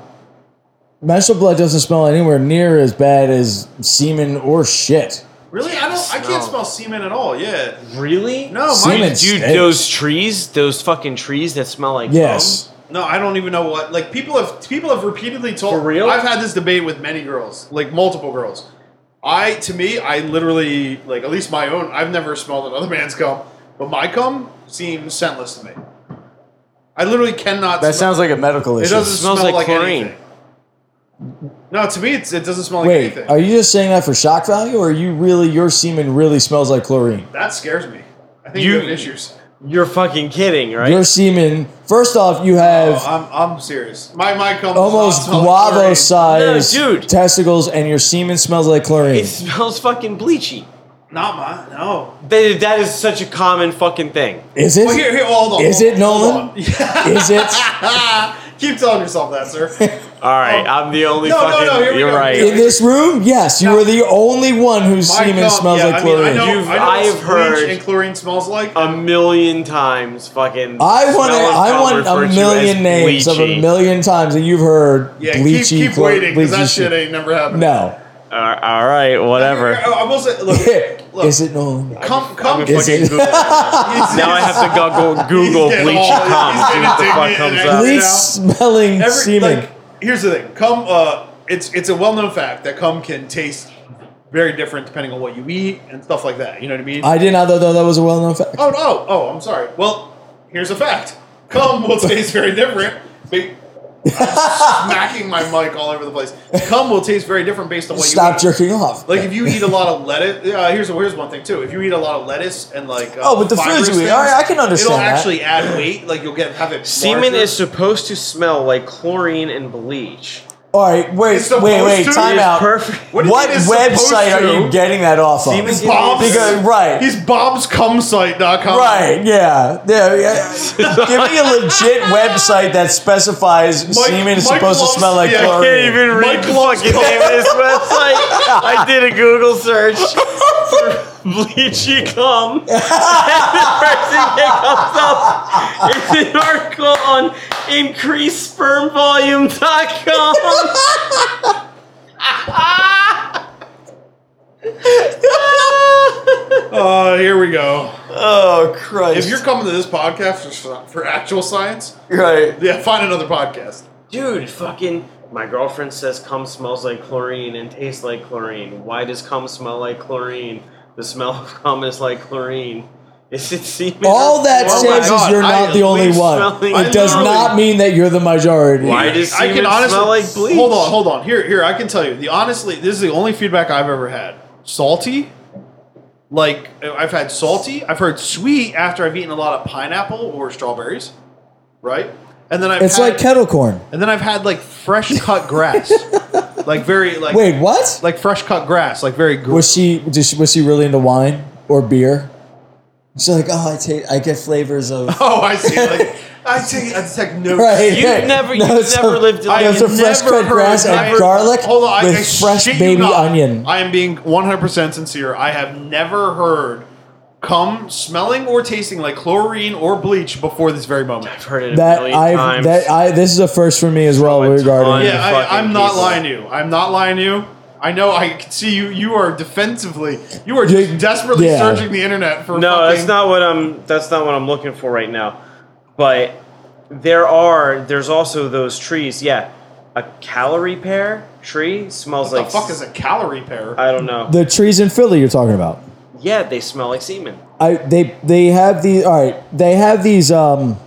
Menstrual blood doesn't smell anywhere near as bad as semen or shit.
Really, I don't. I can't
Smell.
smell semen at all. Yeah.
Really?
No,
Semen
mine,
It
Dude,
stinks.
those trees, those fucking trees that smell like
Yes.
no, I don't even know what. Like people have people have repeatedly told.
For real?
I've had this debate with many girls, like multiple girls. I to me, I literally like at least my own. I've never smelled another man's cum, but my cum seems scentless to me. I literally cannot.
That
smell.
sounds like a medical
It
issue.
doesn't
smells
smell
like
like,
chlorine.
anything. No, to me, it's, it doesn't smell like
Wait,
anything.
are you just saying that for shock value, or are you really your semen really smells like chlorine?
that scares me. I think
You-
you, have issues.
cum. You're fucking kidding, right?
Your semen. First off, you have
Oh, I'm, I'm serious. My my cum
almost guavo
guava
sized
No, dude.
testicles, and your semen smells like chlorine.
it smells fucking bleachy.
Not mine. No.
That, that is such a common fucking thing.
Is it?
Well, here, here, hold on.
Is
hold
it
on, hold
Nolan?
on.
Is it?
Keep telling yourself that, sir.
All right,
Oh.
I'm the only
No, no, no,
fucking.
here we
you're
go.
right.
In this room, yes, you
No.
were the only one whose
My
semen
cum-
smells
yeah,
like
I mean,
chlorine. I,
I know,
You've-
I know what
I've
bleach
heard-
and chlorine smells like.
a million times, fucking.
want
smell is
I
now
want
referred
a
to
million
as
names of
bleachy.
a million times that you've heard
yeah,
bleachy
keep, keep
chlor-
waiting because
bleachy
that shit ain't never happened.
No.
All right, all right, whatever.
I, I will say, look, look.
Is it Nolan?
Come, come,
I'm a fucking
it-
Google. now I have to go, go Google
He's getting
bleachy
all-
cum.
he's
See
getting
what the fuck
indignant
comes
and
up.
angry.
Bleach
now.
smelling
Every,
semen.
Like, here's the thing. Cum. Uh, it's it's a well known fact that cum can taste very different depending on what you eat and stuff like that. You know what I mean?
I did not know that that was a well known fact.
oh no. Oh, I'm sorry. Well, here's a fact. Cum will taste very different. Be- I'm smacking my mic all over the place. Cum will taste very different based on what
Stop
you eat.
jerking off.
Like if you eat a lot of lettuce, uh, here's here's one thing too. If you eat a lot of lettuce and like uh,
Oh, with the foods
fibrous
you eat.
things,
All right, I can understand
It'll
that.
actually add weight. Like you'll get have it.
Semen
larger.
is supposed to smell like chlorine and bleach.
All right, wait,
It's
wait,
supposed
wait,
to.
time
It's
out.
perfect.
What
What,
do you mean it's supposed
website are
to?
you getting that off of?
Semen
It's Bob's.
Because- right.
He's bobscumsite.com.
Right, yeah. yeah, yeah. Give me a legit website that specifies semen is
Mike
supposed
loves-
to smell like
yeah, I can't
I
chlorine.
can't even read the
Mike loves
fucking
cum.
name of this website. I did a Google search for bleachy cum. And the first thing that comes up is an article on increasespermvolume.com.
Uh, here we go.
Oh
If
Christ!
you're coming to this podcast for, for actual science,
right,
yeah, find another podcast.
Dude, fucking. My girlfriend says cum smells like chlorine and tastes like chlorine. Why does cum smell like chlorine? The smell of cum is like chlorine. Is it semen? Oh or
all that
chlorine?
my
says is
God,
you're
I
not
at
the only
least
one.
smelling
It does
chlorine.
not mean that you're the majority.
Why does
I
semen
can honestly
smell like bleach?
Hold on, hold on. Here, here. I can tell you. The honestly, this is the only feedback I've ever had. Salty, like I've had salty. I've heard sweet after I've eaten a lot of pineapple or strawberries, right? And then I've
It's
had,
like kettle corn.
and then I've had like fresh cut grass, like very like
Wait, what?
like fresh cut grass, like very gr-
Was she just was she really into wine or beer? She's like, oh, I take, I get flavors of.
Oh, I see. Like, I take I take no.
Right.
You've
Hey,
never,
no,
you've
it's
never
a-
lived in
I
There's a
have
fresh
never
cut grass
heard-
and
I-
garlic
Hold on, I-
with
I
fresh
shit you
baby
not.
onion.
I am being 100% sincere. I have never heard cum smelling or tasting like chlorine or bleach before this very moment.
I've heard it a
That
million
I
times.
that I this is a first for me as well
From a
regarding
ton.
Yeah, I,
fucking
I'm not
people.
lying to you. I'm not lying to you. I know. I can see you. You are defensively. You are
Yeah,
just desperately
yeah.
searching the internet for.
No,
fucking,
that's not what I'm. That's not what I'm looking for right now. But there are. There's also those trees. Yeah, a calorie pear tree smells
What
like.
the fuck is a calorie pair?
I don't know.
the trees in Philly you're talking about.
yeah, they smell like semen.
I they they have these all right, they have these um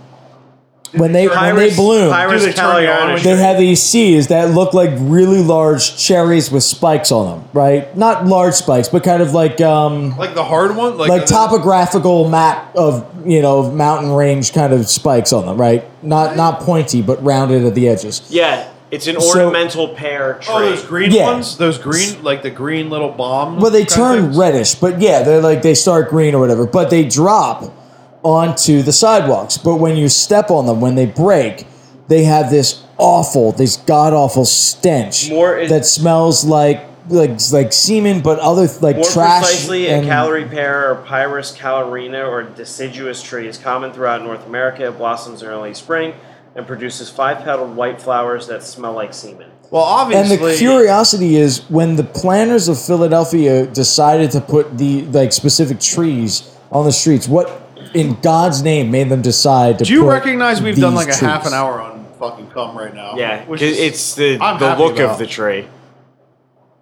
when they when they
Pyrus-
bloom
Pyrus
Do they turn you on
caliana
when
they
tree.
have these seeds that look like really large cherries with spikes on them, right? Not large spikes, but kind of like um
Like the hard one, like,
like
the-
topographical map of you know of mountain range kind of spikes on them, right? Not not pointy, but rounded at the edges.
Yeah, it's an
So-
ornamental pear tree.
Oh, those green
Yeah.
ones. Those green, like the green little bomb.
Well, they
kind of
turn
things?
reddish, but yeah, they're like they start green or whatever, but they drop onto the sidewalks. But when you step on them, when they break, they have this awful, this god awful stench
More is-
that smells like like like semen, but other like
More
trash.
precisely,
and-
a calorie pear or Pyrus calarina or deciduous tree is common throughout North America. It blossoms in early spring and produces five-petaled white flowers that smell like semen.
Well,
And
obviously,
the curiosity is when the planners of Philadelphia decided to put the like specific trees on the streets. What in God's name made them decide to?
Do you
put
recognize we've done
these
like a half
trees?
an hour on fucking cum right now?
Yeah,
Which
it-
is-
it's the,
I'm
the
happy
look
about.
of the tree.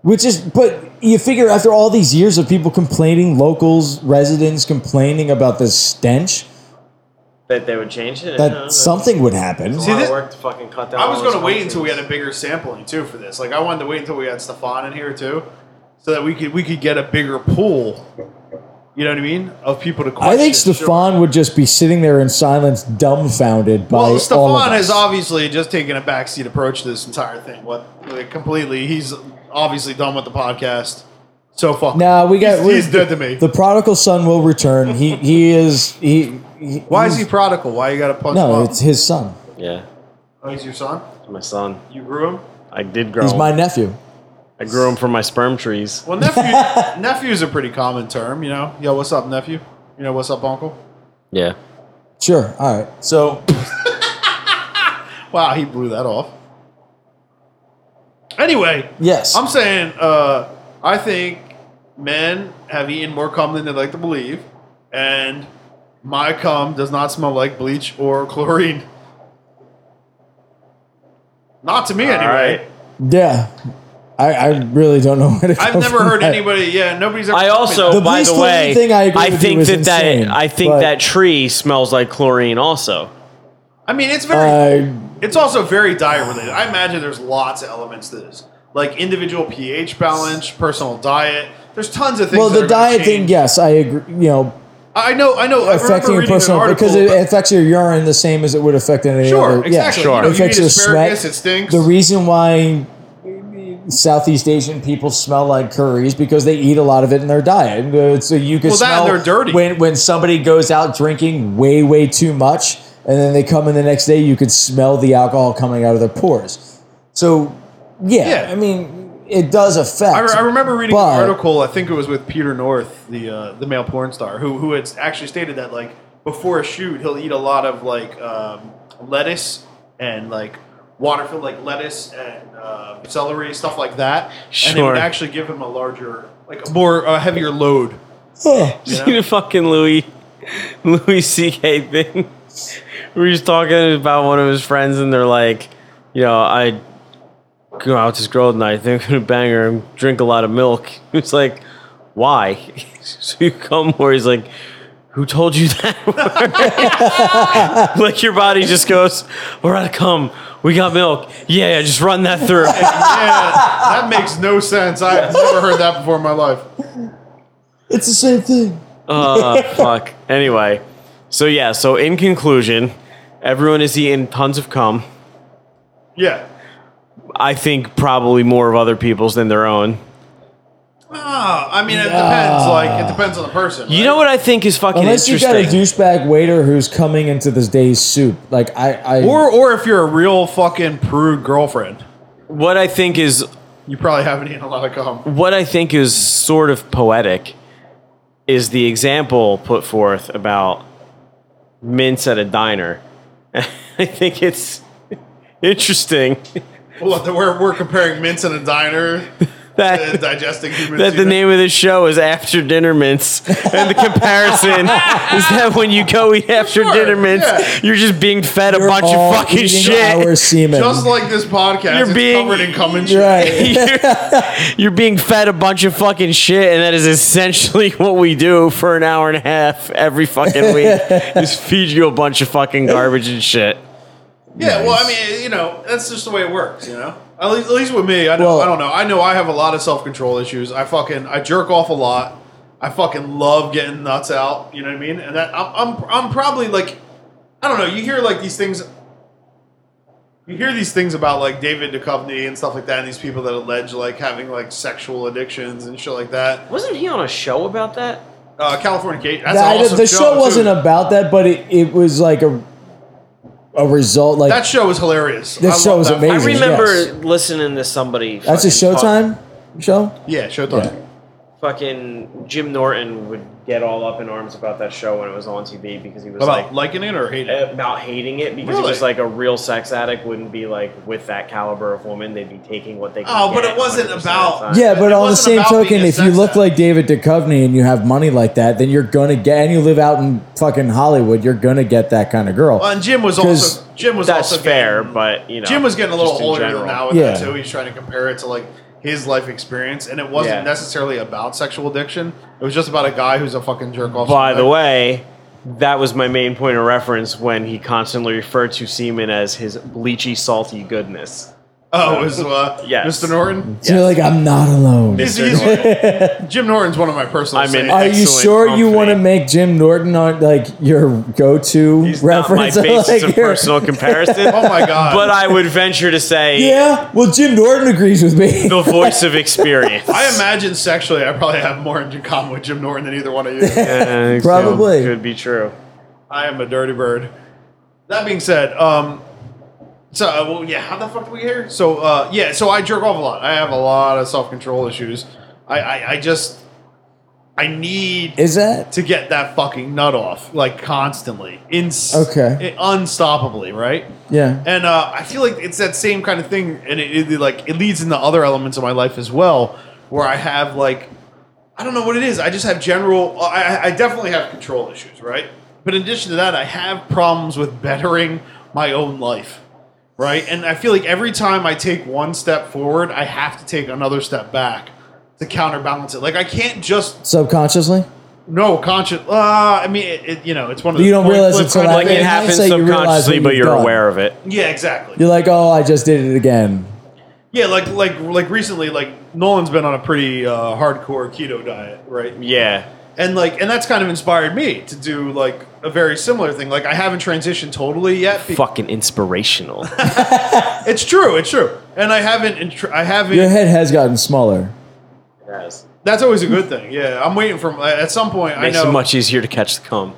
Which is, but you figure after all these years of people complaining, locals, residents complaining about this stench,
That they would change it.
that
I don't know.
something would happen.
a lot
this-
of work to fucking cut down.
I was
all those
going to wait
countries.
until we had a bigger sampling too for this. Like I wanted to wait until we had Stefan in here too, so that we could we could get a bigger pool. You know what I mean? Of people to question.
I think Stefan would just be sitting there in silence, dumbfounded by all
Well,
of
Stefan
us.
has obviously just taken a backseat approach to this entire thing. What like, completely? He's obviously done with the podcast. So fuck.
Now we got
He's,
we-
he's dead to me.
The prodigal son will return. He he is he. he
Why is he
he's-
prodigal? Why you got to punch him
No,
up?
it's his son.
Yeah,
oh, he's your son.
it's my son.
You grew him.
I did grow.
Oh.
He's
him.
my nephew.
I grew him from my sperm trees.
Well, nephew, nephew's a pretty common term, you know. Yo, what's up, nephew? You know, what's up, uncle?
Yeah.
Sure. All right. So
Wow, he blew that off. Anyway,
yes,
I'm saying uh, I think men have eaten more cum than they like to believe, and my cum does not smell like bleach or chlorine. Not to me, anyway.
yeah. I, I really don't know where to.
I've
go
never
from
heard
that.
anybody. Yeah, nobody's ever.
I
told me
also,
The
by
police
the
chlorine
way,
thing I agree with
think
you
that
is insane,
that I think
but-
that tree smells like chlorine. Also,
that. I mean, it's very
Uh,
It's also very diet related. I imagine there's lots of elements to this, like individual pH balance, personal diet. There's tons of things.
well,
that
the
are gonna
diet thing,
change.
yes, I agree. You know,
I know. I know. I remember
affecting your
reading an
personal
article
because it
about-
affects your urine the same as it would affect any
Sure,
other.
exactly. You know,
it
you
affects
eat
your
asparagus,
sweat.
it stinks.
The reason why Southeast Asian people smell like curries because they eat a lot of it in their diet. And, uh, So you can
Well, that and
smell
they're dirty.
when when somebody goes out drinking way way too much, and then they come in the next day, you can smell the alcohol coming out of their pores. So yeah,
Yeah.
I mean it does affect.
I, re- I remember reading
but-
an article. I think it was with Peter North, the uh, the male porn star, who who had actually stated that like before a shoot, he'll eat a lot of like um, lettuce and like water filled like lettuce and uh, celery stuff like that, and it
Sure.
would actually give him a larger, like a more a heavier load.
Ugh.
Yeah.
see the fucking Louis Louis C.K. thing. We were just talking about one of his friends, and they're like, you know, I go out with this girl tonight. I think I'm gonna bang her and drink a lot of milk. It's like, why? so you come more. He's like. Who told you that? like your body just goes, we're out of cum. We got milk. Yeah, yeah, just run that through.
yeah, that makes no sense. I've never heard that before in my life.
It's the same thing.
Oh, fuck. Anyway, so yeah, so in conclusion, everyone is eating tons of cum.
Yeah.
I think probably more of other people's than their own.
Ah, I mean, it depends. Like, it depends on the person.
You know what I think is fucking
Unless you got a
interesting?
douchebag waiter who's coming into this day's soup, like I, I
Or, or if you're a real fucking prude girlfriend,
what I think is
you probably haven't eaten a lot of cum.
what I think is sort of poetic is the example put forth about mints at a diner. I think it's interesting
Well, we're, we're comparing mints in a diner to
that
digesting human
that the
semen.
name of this show is After Dinner Mints, and the comparison is that when you go eat after
sure,
dinner mints,
yeah.
you're just being fed a bunch
all
of fucking
eating
shit.
Our semen.
Just like this podcast,
You're
it's
being-
covered in cum and shit.
right.
you're, you're being fed a bunch of fucking shit, and that is essentially what we do for an hour and a half every fucking week. is feed you a bunch of fucking garbage and shit.
Yeah, well, I mean, you know, that's just the way it works, you know. At least, at least with me, I don't,
Well-
I don't know. I know I have a lot of self control issues. I fucking I jerk off a lot. I fucking love getting nuts out. You know what I mean? And that I'm I'm, I'm probably like, I don't know. You hear like these things. You hear these things about like David Duchovny and stuff like that, and these people that allege like having like sexual addictions and shit like that.
Wasn't he on a show about that?
Uh, California Kate. That's
Yeah, I-
an awesome
the
show,
show,
too.
wasn't about that, but it, it was like a a result. Like
That show was hilarious.
This
I love
show was
that.
I
amazing.
remember
yes.
listening to somebody.
that's a
fucking talk-
Showtime show.
Yeah, Showtime.
Yeah.
fucking Jim Norton would get all up in arms about that show when it was on TV because he was
About liking it or hating it?
like about hating it because
Really?
it was like a real sex addict wouldn't be like with that caliber of woman they'd be taking what they could
Oh, but
get
it wasn't
100% of the
about-
time.
Yeah, but
It
on the
wasn't
same
about being
token,
a
if you
sex
look
addict.
like David Duchovny and you have money like that, then you're gonna get. And you live out in fucking Hollywood, you're gonna get that kind of girl.
Well, and Jim was
'Cause
also Jim was
that's
also
fair,
getting-
but, you know,
Jim was getting a little
just in
older than
general.
now with
Yeah.
that too. He's trying to compare it to like his life experience, and it wasn't
Yeah.
necessarily about sexual addiction. It was just about a guy who's a fucking jerk off.
By the
sometimes.
way, that was my main point of reference when he constantly referred to semen as his bleachy, salty goodness.
oh, it was uh,
Yes.
Mr. Norton.
so you're like, I'm not alone.
He's,
Mr.
he's- Jim Norton's one of my personal.
I'm in-
saints.
Are you
excellent
sure you
company.
want to make Jim Norton on like your go-to
He's not my
reference?
basis
Like,
of
you're-
personal comparison.
oh my god!
But I would venture to say
yeah, well, Jim Norton agrees with me.
the voice of experience.
I imagine sexually, I probably have more in common with Jim Norton than either one of you.
Uh, so
Probably.
could be true.
I am a dirty bird. That being said, um, so uh, well, yeah, how the fuck do we get here? So uh, yeah, so I jerk off a lot. I have a lot of self control issues. I, I I just I need
Is that
to get that fucking nut off like constantly, ins
Okay.
i- unstoppably, right?
yeah?
And uh, I feel like it's that same kind of thing, and it, it like it leads into other elements of my life as well, where I have like I don't know what it is. I just have general. I- I, I definitely have control issues, right? But in addition to that, I have problems with bettering my own life, right? And I feel like every time I take one step forward, I have to take another step back to counterbalance it. Like I can't just
Subconsciously,
no conscious. Uh, I mean, it, it, you know, it's one of
You
the
don't
coin
realize
flip
until
kind of
after
Like
mean,
it
things.
happens
hindsight, you realize
subconsciously,
what
but
you've
you're
done.
aware of it.
Yeah, exactly.
you're like, oh, I just did it again.
Yeah, like like like recently, like Nolan's been on a pretty uh, hardcore keto diet, right?
Yeah.
And like, and that's kind of inspired me to do like a very similar thing. Like, I haven't transitioned totally yet. be-
Fucking inspirational.
It's true, it's true. And I haven't, intr- I haven't.
Your head has gotten smaller.
Yes.
That's always a good thing. Yeah, I'm waiting for. At some point, I
Makes
know.
it much easier to catch the cum.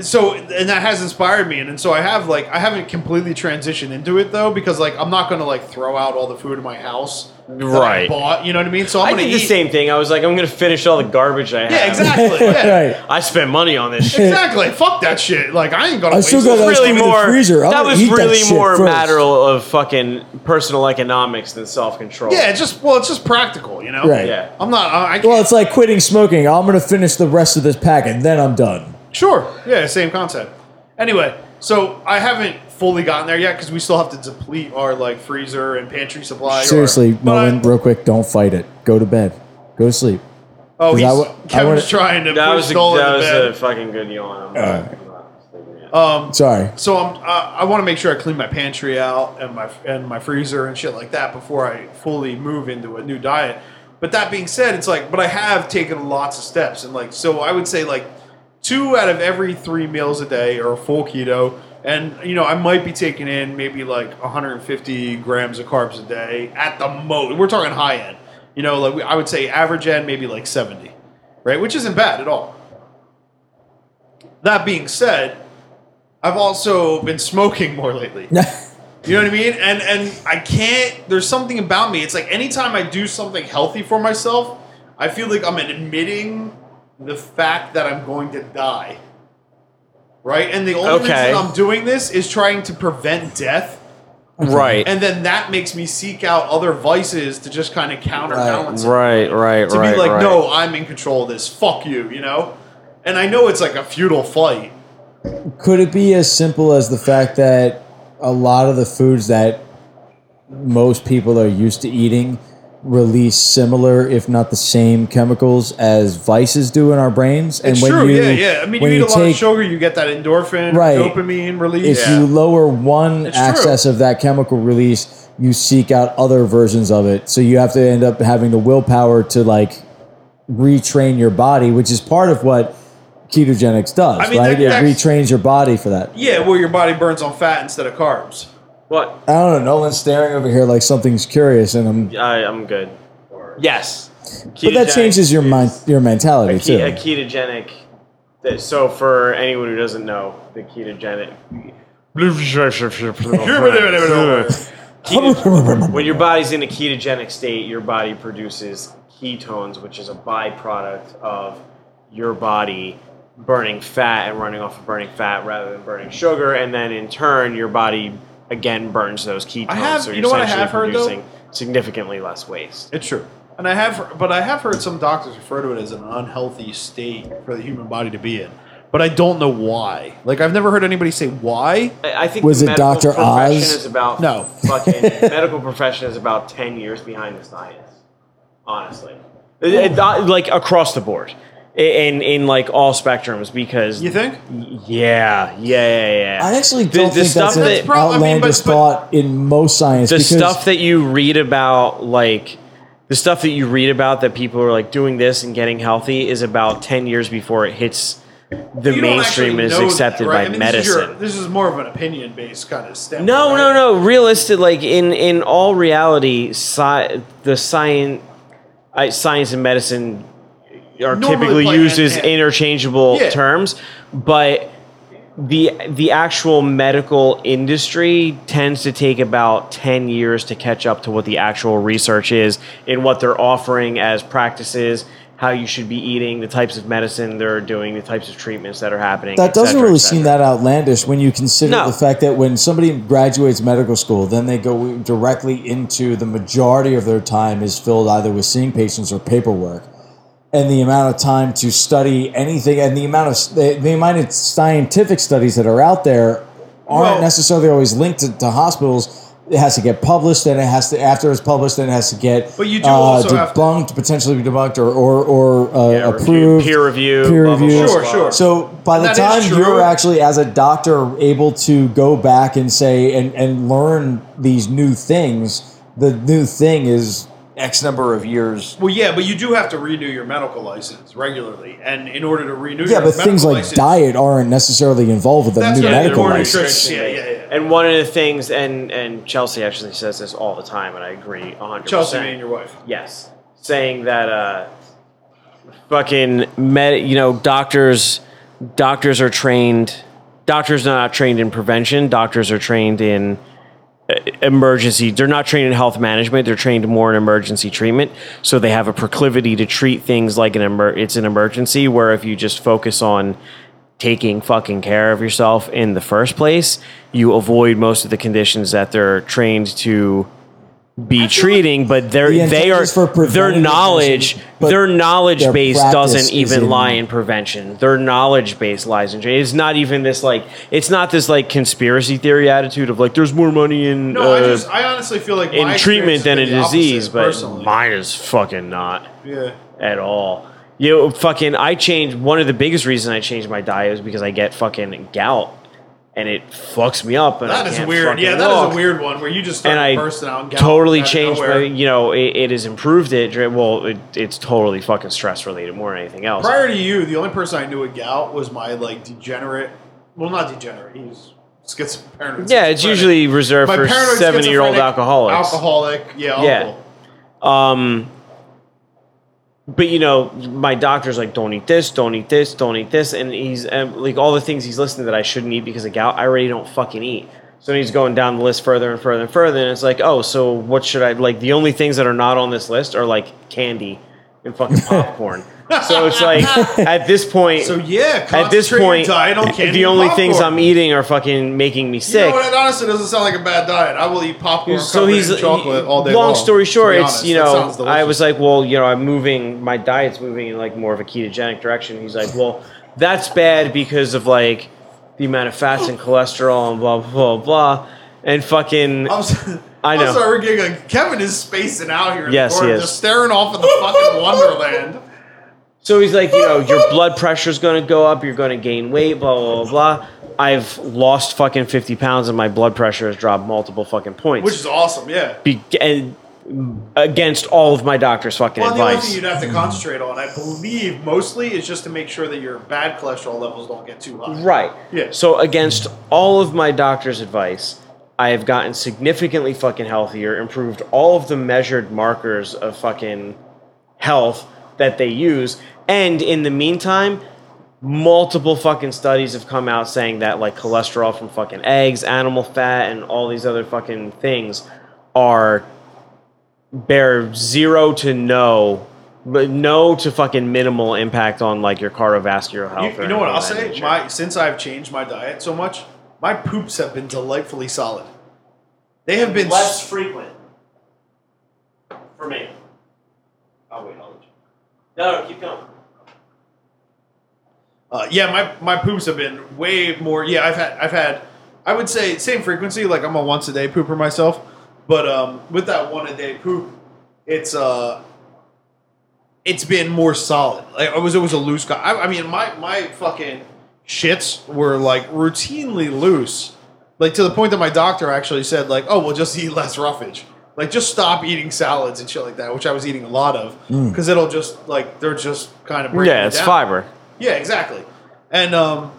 so and that has inspired me and, and so i have like i haven't completely transitioned into it though because like i'm not gonna like throw out all the food in my house that I
Right.
bought you know what i mean so i'm
I
gonna
did
eat
the same thing. I was like, I'm gonna finish all the garbage I have.
yeah exactly yeah.
right.
I spent money on this shit.
exactly fuck that shit like i ain't gonna
I
waste
still got
this
that
really
really
in the
more.
freezer. I'm
That
gonna
was
eat that
really
shit
more a
first.
matter of fucking personal economics than self control.
yeah it's just well it's just practical you know
Right.
Yeah.
i'm not i, I can't,
Well, it's like quitting smoking. I'm gonna finish the rest of this pack and then I'm done.
Sure. Yeah, same concept. Anyway, so I haven't fully gotten there yet because we still have to deplete our like freezer and pantry supplies.
Seriously,
But-
Nolan, real quick, don't fight it. Go to bed. Go to sleep.
oh, he's,
I wa- I
Kevin's
wanna-
trying to
That
push
was a,
Nolan
that was
to
a
bed.
fucking good yawn. I'm
Uh,
not- I'm not mistaken.
um,
Sorry.
so I'm, uh, I want to make sure I clean my pantry out and my and my freezer and shit like that before I fully move into a new diet. But that being said, it's like, but I have taken lots of steps and like, so I would say like two out of every three meals a day are full keto. And you know, I might be taking in maybe like 150 grams of carbs a day at the most. We're talking high end. You know, like we, I would say average end maybe like 70, right? Which isn't bad at all. That being said, I've also been smoking more lately. You know what I mean? And and I can't. There's something about me. It's like anytime I do something healthy for myself, I feel like I'm admitting the fact that I'm going to die. Right? And the only
Okay.
reason I'm doing this is trying to prevent death,
Right.
and then that makes me seek out other vices to just kind of counterbalance. it.
right. Right.
To
right.
be like,
right.
no, I'm in control of this. Fuck you, you know. And I know it's like a futile fight.
Could it be as simple as the fact that a lot of the foods that most people are used to eating release similar, if not the same, chemicals as vices do in our brains? And
It's true, yeah, yeah. I mean, you
when
eat a lot
take-
of sugar, you get that endorphin,
Right.
dopamine release.
If you lower one
It's
access of that chemical release, you seek out other versions of it. So you have to end up having the willpower to like retrain your body, which is part of what ketogenics does,
I mean,
right?
that-
it
that's-
retrains your body for that.
Yeah, well, your body burns on fat instead of carbs.
What?
I don't know. Nolan's staring over here like something's curious, and I'm.
I, I'm good. Yes.
But that changes your mind, your mentality
a, ke- a
too.
ketogenic. that- So for anyone who doesn't know, the ketogenic. Keto- when your body's in a ketogenic state, your body produces ketones, which is a byproduct of your body burning fat and running off of burning fat rather than burning sugar, and then in turn, your body again burns those ketones.
I have-
so
you
you're
know what I
essentially
have heard, though?
producing significantly less waste.
It's true. And I have, heard- but I have heard some doctors refer to it as an unhealthy state for the human body to be in. But I don't know why. Like I've never heard anybody say why.
I I think
Was
the
it
medical
Dr.
profession
Oz?
Is about
No.
fucking medical profession is about ten years behind the science. Honestly, It- it- not- like across the board, I- in in like all spectrums, because
You think?
yeah, yeah, yeah, yeah.
I actually
The-
don't
the
think
stuff
that's an
that-
Prob- I mean,
outlandish
but- but-
thought in most science.
the
because
stuff that you read about, like the stuff that you read about that people are like doing this and getting healthy, is about ten years before it hits the
You don't
mainstream
actually
and is
know that,
accepted
right?
by
I mean,
medicine.
This is, your- this is more of an opinion-based kind of step.
No,
right?
no, no. Realistic, like in in all reality, sci- the science, I, science and medicine are
Normally
typically
play
used
hand
as
in hand.
interchangeable
Yeah.
terms, but the the actual medical industry tends to take about 10 years to catch up to what the actual research is in what they're offering as practices how you should be eating the types of medicine they're doing the types of treatments that are happening
That
et
doesn't
cetera, et
really
cetera.
seem that outlandish when you consider
No.
the fact that when somebody graduates medical school, then they go directly into the majority of their time is filled either with seeing patients or paperwork. And the amount of time to study anything and the amount of the, the amount of scientific studies that are out there aren't
Well-
necessarily always linked to, to hospitals. It has to get published, and it has to after it's published, then it has to get
But you do
uh,
also have to-
debunked, potentially debunked, or or, or uh,
Yeah, review-
approved,
peer review,
peer
blah, blah,
reviewed.
blah,
Sure,
blah.
sure.
So by the
That
time
is true.
you're actually as a doctor able to go back and say and, and learn these new things, the new thing is X number of years.
Well, yeah, but you do have to renew your medical license regularly, and in order to renew, your
Yeah, but things
medical
like
license,
diet aren't necessarily involved with the
That's
new
right,
medical
they're more
license.
nutrition. Yeah, yeah, yeah.
And one of the things, and and Chelsea actually says this all the time, and I agree 100.
Chelsea, me and your wife.
Yes, saying that uh, fucking med, you know, doctors, doctors are trained. Doctors are not trained in prevention. Doctors are trained in uh, emergency. They're not trained in health management. They're trained more in emergency treatment. So they have a proclivity to treat things like an emer- it's an emergency. Where if you just focus on taking fucking care of yourself in the first place, you avoid most of the conditions that they're trained to be treating, but they're
The
they
intent
are
is for
their
preventative
knowledge
measures, but
their knowledge
their
base
practice
doesn't
is
even
in-
lie in prevention. Their knowledge base lies in it's not even this like it's not this like conspiracy theory attitude of like there's more money in
No, I
uh,
just I honestly feel like my
in treatment
experience has
than a
been the opposite,
disease, but
personally.
mine is fucking not
yeah.
at all. You know, fucking, I changed. One of the biggest reasons I changed my diet was because I get fucking gout, and it fucks me up. And I
That is
can't
weird.
fucking
Yeah, that is
walk
a weird one where you just start
and I
bursting out and gout
totally
out of
changed my,
nowhere.
you know, it, it has improved it. dra- Well, it, it's totally fucking stress related more than anything else.
Prior to you, the only person I knew with gout was my like degenerate. Well, not degenerate. He's schizophrenic.
Yeah, it's usually reserved
My
for
paranoid
seventy-year-old
schizophrenic,
alcoholics.
Alcoholic, yeah,
Yeah.
alcohol.
Um, but you know, my doctor's like, don't eat this, don't eat this, don't eat this, and he's and like all the things he's listing that I shouldn't eat because of gout. I already don't fucking eat. So he's going down the list further and further and further, and it's like, oh, so what should I like? The only things that are not on this list are like candy and fucking popcorn. so it's like at this point,
So yeah,
at this
concentrate your
point,
diet on candy
the
and
only things
popcorn.
I'm eating are fucking making me
You
sick.
know what? It honestly doesn't sound like a bad diet. I will eat popcorn
so
covered
he's
in chocolate
he-
all day
long,
long.
story
to
short
be
it's
honest.
you
That
know
sounds delicious.
i was like well you know i'm moving my diet's moving in like more of a ketogenic direction he's like well that's bad because of like the amount of fats and cholesterol and blah blah blah blah and fucking
I'm so-
I know.
I'm sorry, we're getting like, Kevin is spacing out here. in the
Yes, he
corner,
is.
Just staring off at the fucking Wonderland.
So he's like, you know, your blood pressure's going to go up, you're going to gain weight, blah, blah, blah, blah. I've lost fucking 50 pounds and my blood pressure has dropped multiple fucking points.
Which is awesome, yeah.
Be- and against all of my doctor's fucking
Well, the only thing
advice.
you'd have to concentrate on, I believe, mostly is just to make sure that your bad cholesterol levels don't get too high.
Right.
Yeah.
So against all of my doctor's advice, I have gotten significantly fucking healthier, improved all of the measured markers of fucking health that they use, and in the meantime, multiple fucking studies have come out saying that like cholesterol from fucking eggs, animal fat, and all these other fucking things are bear zero to no but no to fucking minimal impact on like your cardiovascular health.
You,
or
you know
anything
what I'll
of that
say?
nature.
My since I've changed my diet so much, my poops have been delightfully solid. They have been
less frequent for me. I'll wait. I'll let you. No, no, keep going.
Uh, yeah, my my poops have been way more. Yeah, I've had I've had I would say same frequency. Like I'm a once a day pooper myself, but um, with that one a day poop, it's uh, it's been more solid. Like I was always a loose guy. I, I mean, my my fucking shits were like routinely loose, like to the point that my doctor actually said like, oh, well, just eat less roughage. Like just stop eating salads and shit like that, which I was eating a lot of, because it'll just like they're just kind of breaking
Mm. Yeah,
it
it's
down.
fiber.
Yeah, exactly. And um,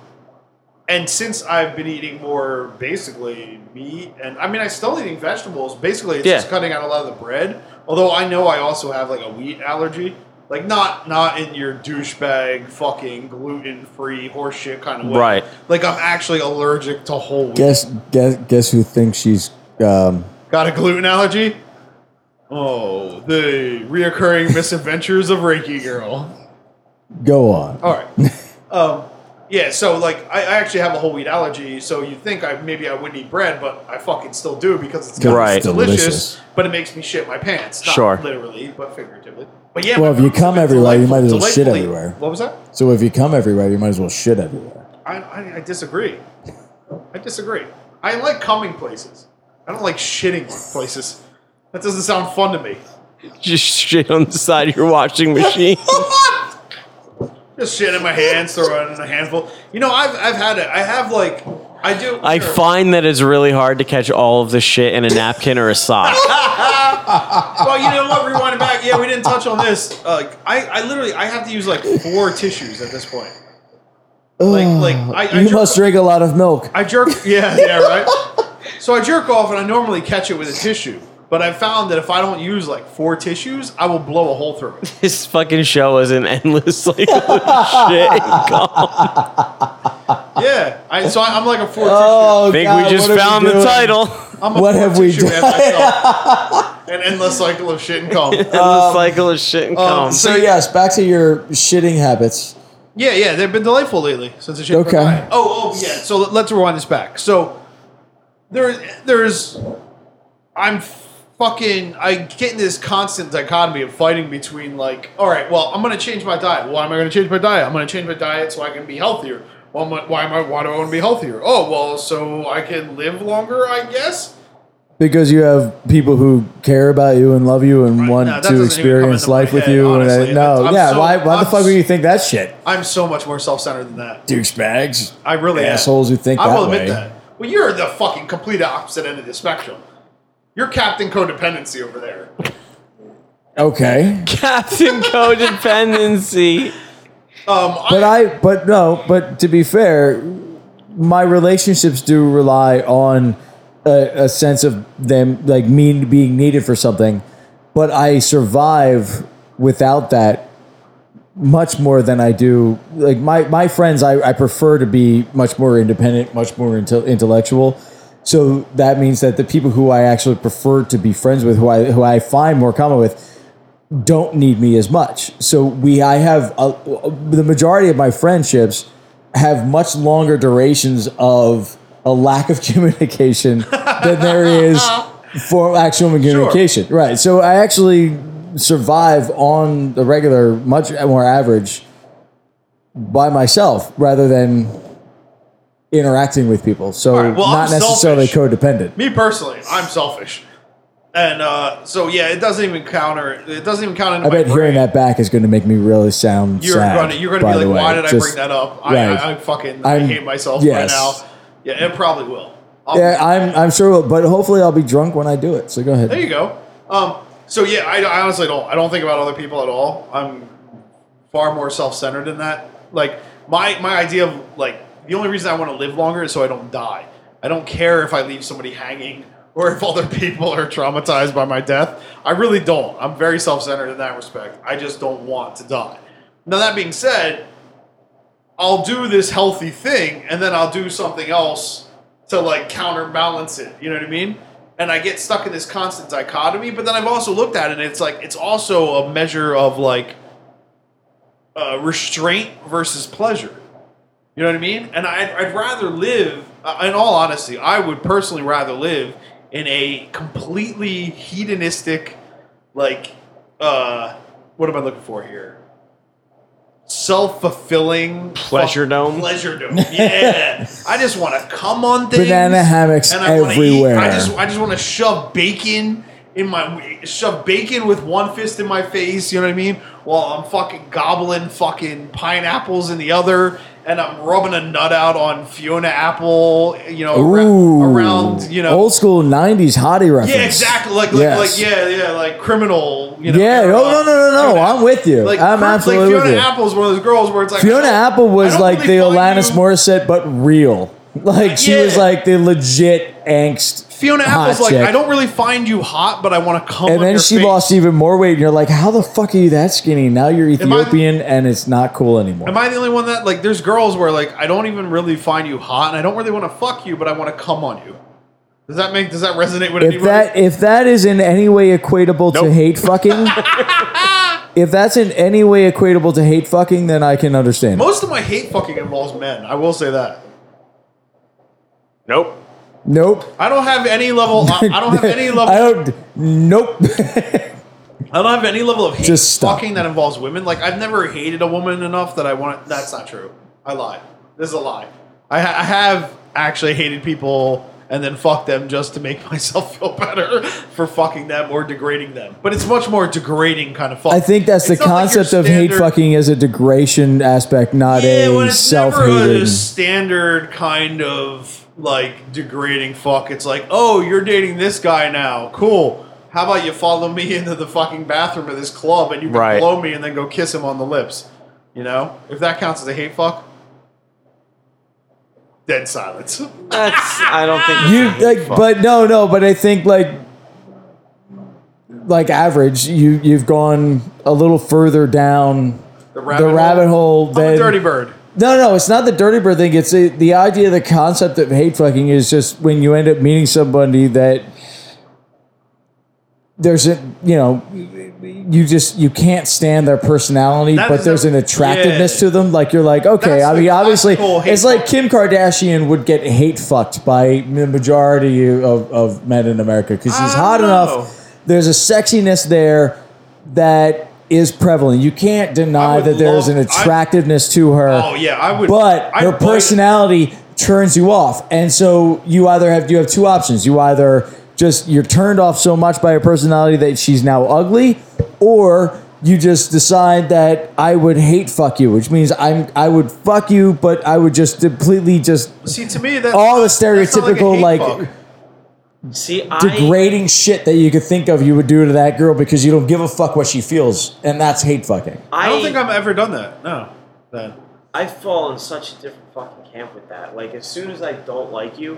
and since I've been eating more basically meat, and I mean I'm still eating vegetables. Basically, it's
Yeah.
just cutting out a lot of the bread. Although I know I also have like a wheat allergy. Like not not in your douchebag fucking gluten free horseshit kind of way.
Right.
Like I'm actually allergic to whole wheat.
Guess guess guess who thinks she's um,
Got a gluten allergy? Oh, the reoccurring misadventures of Reiki girl.
go on.
All right. um, yeah, so like I, I actually have a whole wheat allergy, so you think I maybe I wouldn't eat bread, but I fucking still do because it's goddamn
Right.
delicious,
Delicious.
But it makes me shit my pants. Not
Sure.
literally, but figuratively. But yeah.
Well,
my
if you
pants have
come
been
everywhere, you
delightful-
might as well shit
delightfully-
everywhere.
What was that?
So if you come everywhere, you might as well shit everywhere.
I, I, I disagree. I disagree. I like coming places. I don't like shitting places. That doesn't sound fun to me.
Just shit on the side of your washing machine.
Just shit in my hands, throw it in a handful. You know, I've I've had it. I have like I do.
I
sure.
find that it's really hard to catch all of the shit in a napkin or a sock.
Well, you know what? Rewinding back, yeah, we didn't touch on this. Uh, I, I literally, I have to use like four tissues at this point. Like, like I, I
you
jerk,
must drink a lot of milk.
I jerk, yeah, yeah, right. So I jerk off, and I normally catch it with a tissue. But I found that if I don't use like four tissues, I will blow a hole through it.
this fucking show is an endless cycle of shit.
Yeah, I, so I, I'm like a four
Oh,
I think
God,
we Um, just
what are
found the
doing?
title.
tissue. I'm a
what
four
have we
tissue man
done?
myself. An endless cycle of shit and cum.
endless cycle of shit and cum.
So yes, back to your shitting habits.
Yeah, yeah, they've been delightful lately since the shit.
Okay.
Oh, oh, yeah. So let- let's rewind this back. So there, there's, I'm fucking, I get in this constant dichotomy of fighting between like, all right, well, I'm gonna change my diet. Why am I gonna change my diet? I'm gonna change my diet so I can be healthier. Well, am I- why am I? Why do I want to be healthier? Oh, well, so I can live longer, I guess.
Because you have people who care about you and love you and
Right,
want
no, that doesn't
to
even
experience
come into my
life with
head,
you.
honestly.
and I, no,
I'm
yeah.
so-
why? Why
I'm
the fuck
so-
would you think that shit?
I'm so much more self-centered than that.
Douchebags.
I really am.
Assholes who think
I will
that
admit
way.
that. Well, you're the fucking complete opposite end of the spectrum. You're Captain Codependency over there.
Okay,
Captain Codependency.
Um,
but
I,
I. But no. But to be fair, my relationships do rely on a, a sense of them like me being needed for something, but I survive without that much more than I do. Like my my friends, I, I prefer to be much more independent, much more inte- intellectual. So that means that the people who I actually prefer to be friends with, who I who I find more common with, don't need me as much. So we, I have a, the majority of my friendships have much longer durations of a lack of communication than there is for actual communication. Right. So I actually survive on the regular, much more average, by myself rather than interacting with people. So
right, well,
not
I'm
necessarily
selfish.
codependent.
Me personally, I'm selfish, and uh, so yeah, it doesn't even counter. It doesn't even count. Into
I bet
my
hearing
brain.
that back is going to make me really sound
you're
sad.
gonna you're
by
gonna be
the
like,
way.
why did I
Just-
bring that up?
right.
I, I, I fucking i
I'm-
hate myself
yes.
right now. Yeah, it probably will. I'll-
Yeah, I'm I'm sure, we'll- but hopefully I'll be drunk when I do it. So go
There
ahead.
you go. Um, so yeah, I, I honestly don't. I don't think about other people at all. I'm far more self-centered than that. Like my my idea of like the only reason I want to live longer is so I don't die. I don't care if I leave somebody hanging or if other people are traumatized by my death. I really don't. I'm very self-centered in that respect. I just don't want to die. Now that being said, I'll do this healthy thing and then I'll do something else to like counterbalance it. You know what I mean? And I get stuck in this constant dichotomy, but then I've also looked at it and it's like it's also a measure of like uh, restraint versus pleasure. You know what I mean? And I'd, I'd rather live, uh, in all honesty, I would personally rather live in a completely hedonistic, like, uh, what am I looking for here? Self fulfilling
Pleasure dome?
Pleasure dome. Yeah. I just want to come on things.
Banana hammocks
and I wanna eat-
everywhere.
I just I just want to shove bacon in my shove bacon with one fist in my face. You know what I mean? While I'm fucking gobbling fucking pineapples in the other, and I'm rubbing a nut out on Fiona Apple. You know, ra-
Ooh,
around you know.
old school '90s hottie reference.
yeah, exactly. Like, like,
Yes.
like, yeah, yeah, like criminal. You know,
Yeah,
era.
no, no, no, no, no,
Fiona-
I'm with you. I'm
Cri-
absolutely
Like
with
Fiona
you.
Apple's one of those girls where it's like
Fiona
I don't-
Apple was
I don't
like
really
the
find
Alanis
you-
Morissette, but real. Like she was
Yeah.
like the legit angst.
Fiona
hot
Apple's like,
chick.
I don't really find you hot, but I want to come.
And
on
then
your
she
face.
lost even more weight, and you're like, "How the fuck are you that skinny? Now you're
I-
Ethiopian, and it's not cool anymore."
Am I the only one that like? There's girls where like I don't even really find you hot, and I don't really want to fuck you, but I want to come on you. Does that make? Does that resonate with
if
anybody?
that if that is in any way equatable to
Nope.
hate fucking, if that's in any way equatable to hate fucking, then I can understand. it.
Most of my hate fucking involves men. I will say that.
Nope.
Nope.
I don't have any level. I, I don't have any level.
I don't. Nope.
I don't have any level of hate
Just stop.
fucking that involves women. Like I've never hated a woman enough that I want. That's not true. I lied. This is a lie. I, ha- I have actually hated people and then fucked them just to make myself feel better for fucking them or degrading them. But it's much more degrading kind of fuck.
I think that's
It's
the
not like your
concept of hate
standard-
fucking as a degradation aspect, not
Yeah, when
a
it's
self
never a
hating.
standard kind of like degrading fuck. It's like, oh, you're dating this guy now. Cool. How about you follow me into the fucking bathroom of this club and you can
Right.
blow me and then go kiss him on the lips? You know, if that counts as a hate fuck, dead silence.
That's, I don't think
You like, but no, no, but I think like, like average, you you've gone a little further down
The
the rabbit hole.
I'm
than,
a dirty bird.
No, no, it's not the dirty bird thing. It's the, the idea, the concept of hate fucking is just when you end up meeting somebody that there's a, you know, you just, you can't stand their personality,
That
but
is
there's
a-
an attractiveness
yeah.
to them. Like you're like, okay,
That's
I
the
mean, obviously,
classical hate
it's like Kim Kardashian would get hate fucked by the majority of, of men in America because she's
I
hot
don't know.
enough. There's a sexiness there that is prevalent. You can't deny
would
that there's
love-
an
I-
attractiveness to her
Oh yeah, I would.
Uh, but
I
her
would-
personality turns you off and so you either have you have two options you either just you're turned off so much by her personality that she's now ugly or you just decide that I would hate fuck you, which means I'm I would fuck you, but I would just completely just
See, to me, that's
all the
that's not
stereotypical,
like,
like,
a hate fuck.
See, I,
degrading shit that you could think of you would do to that girl because you don't give a fuck what she feels, and that's hate fucking.
I don't think I've ever done that. No, Then
I fall in such a different fucking camp with that. Like as soon as I don't like you,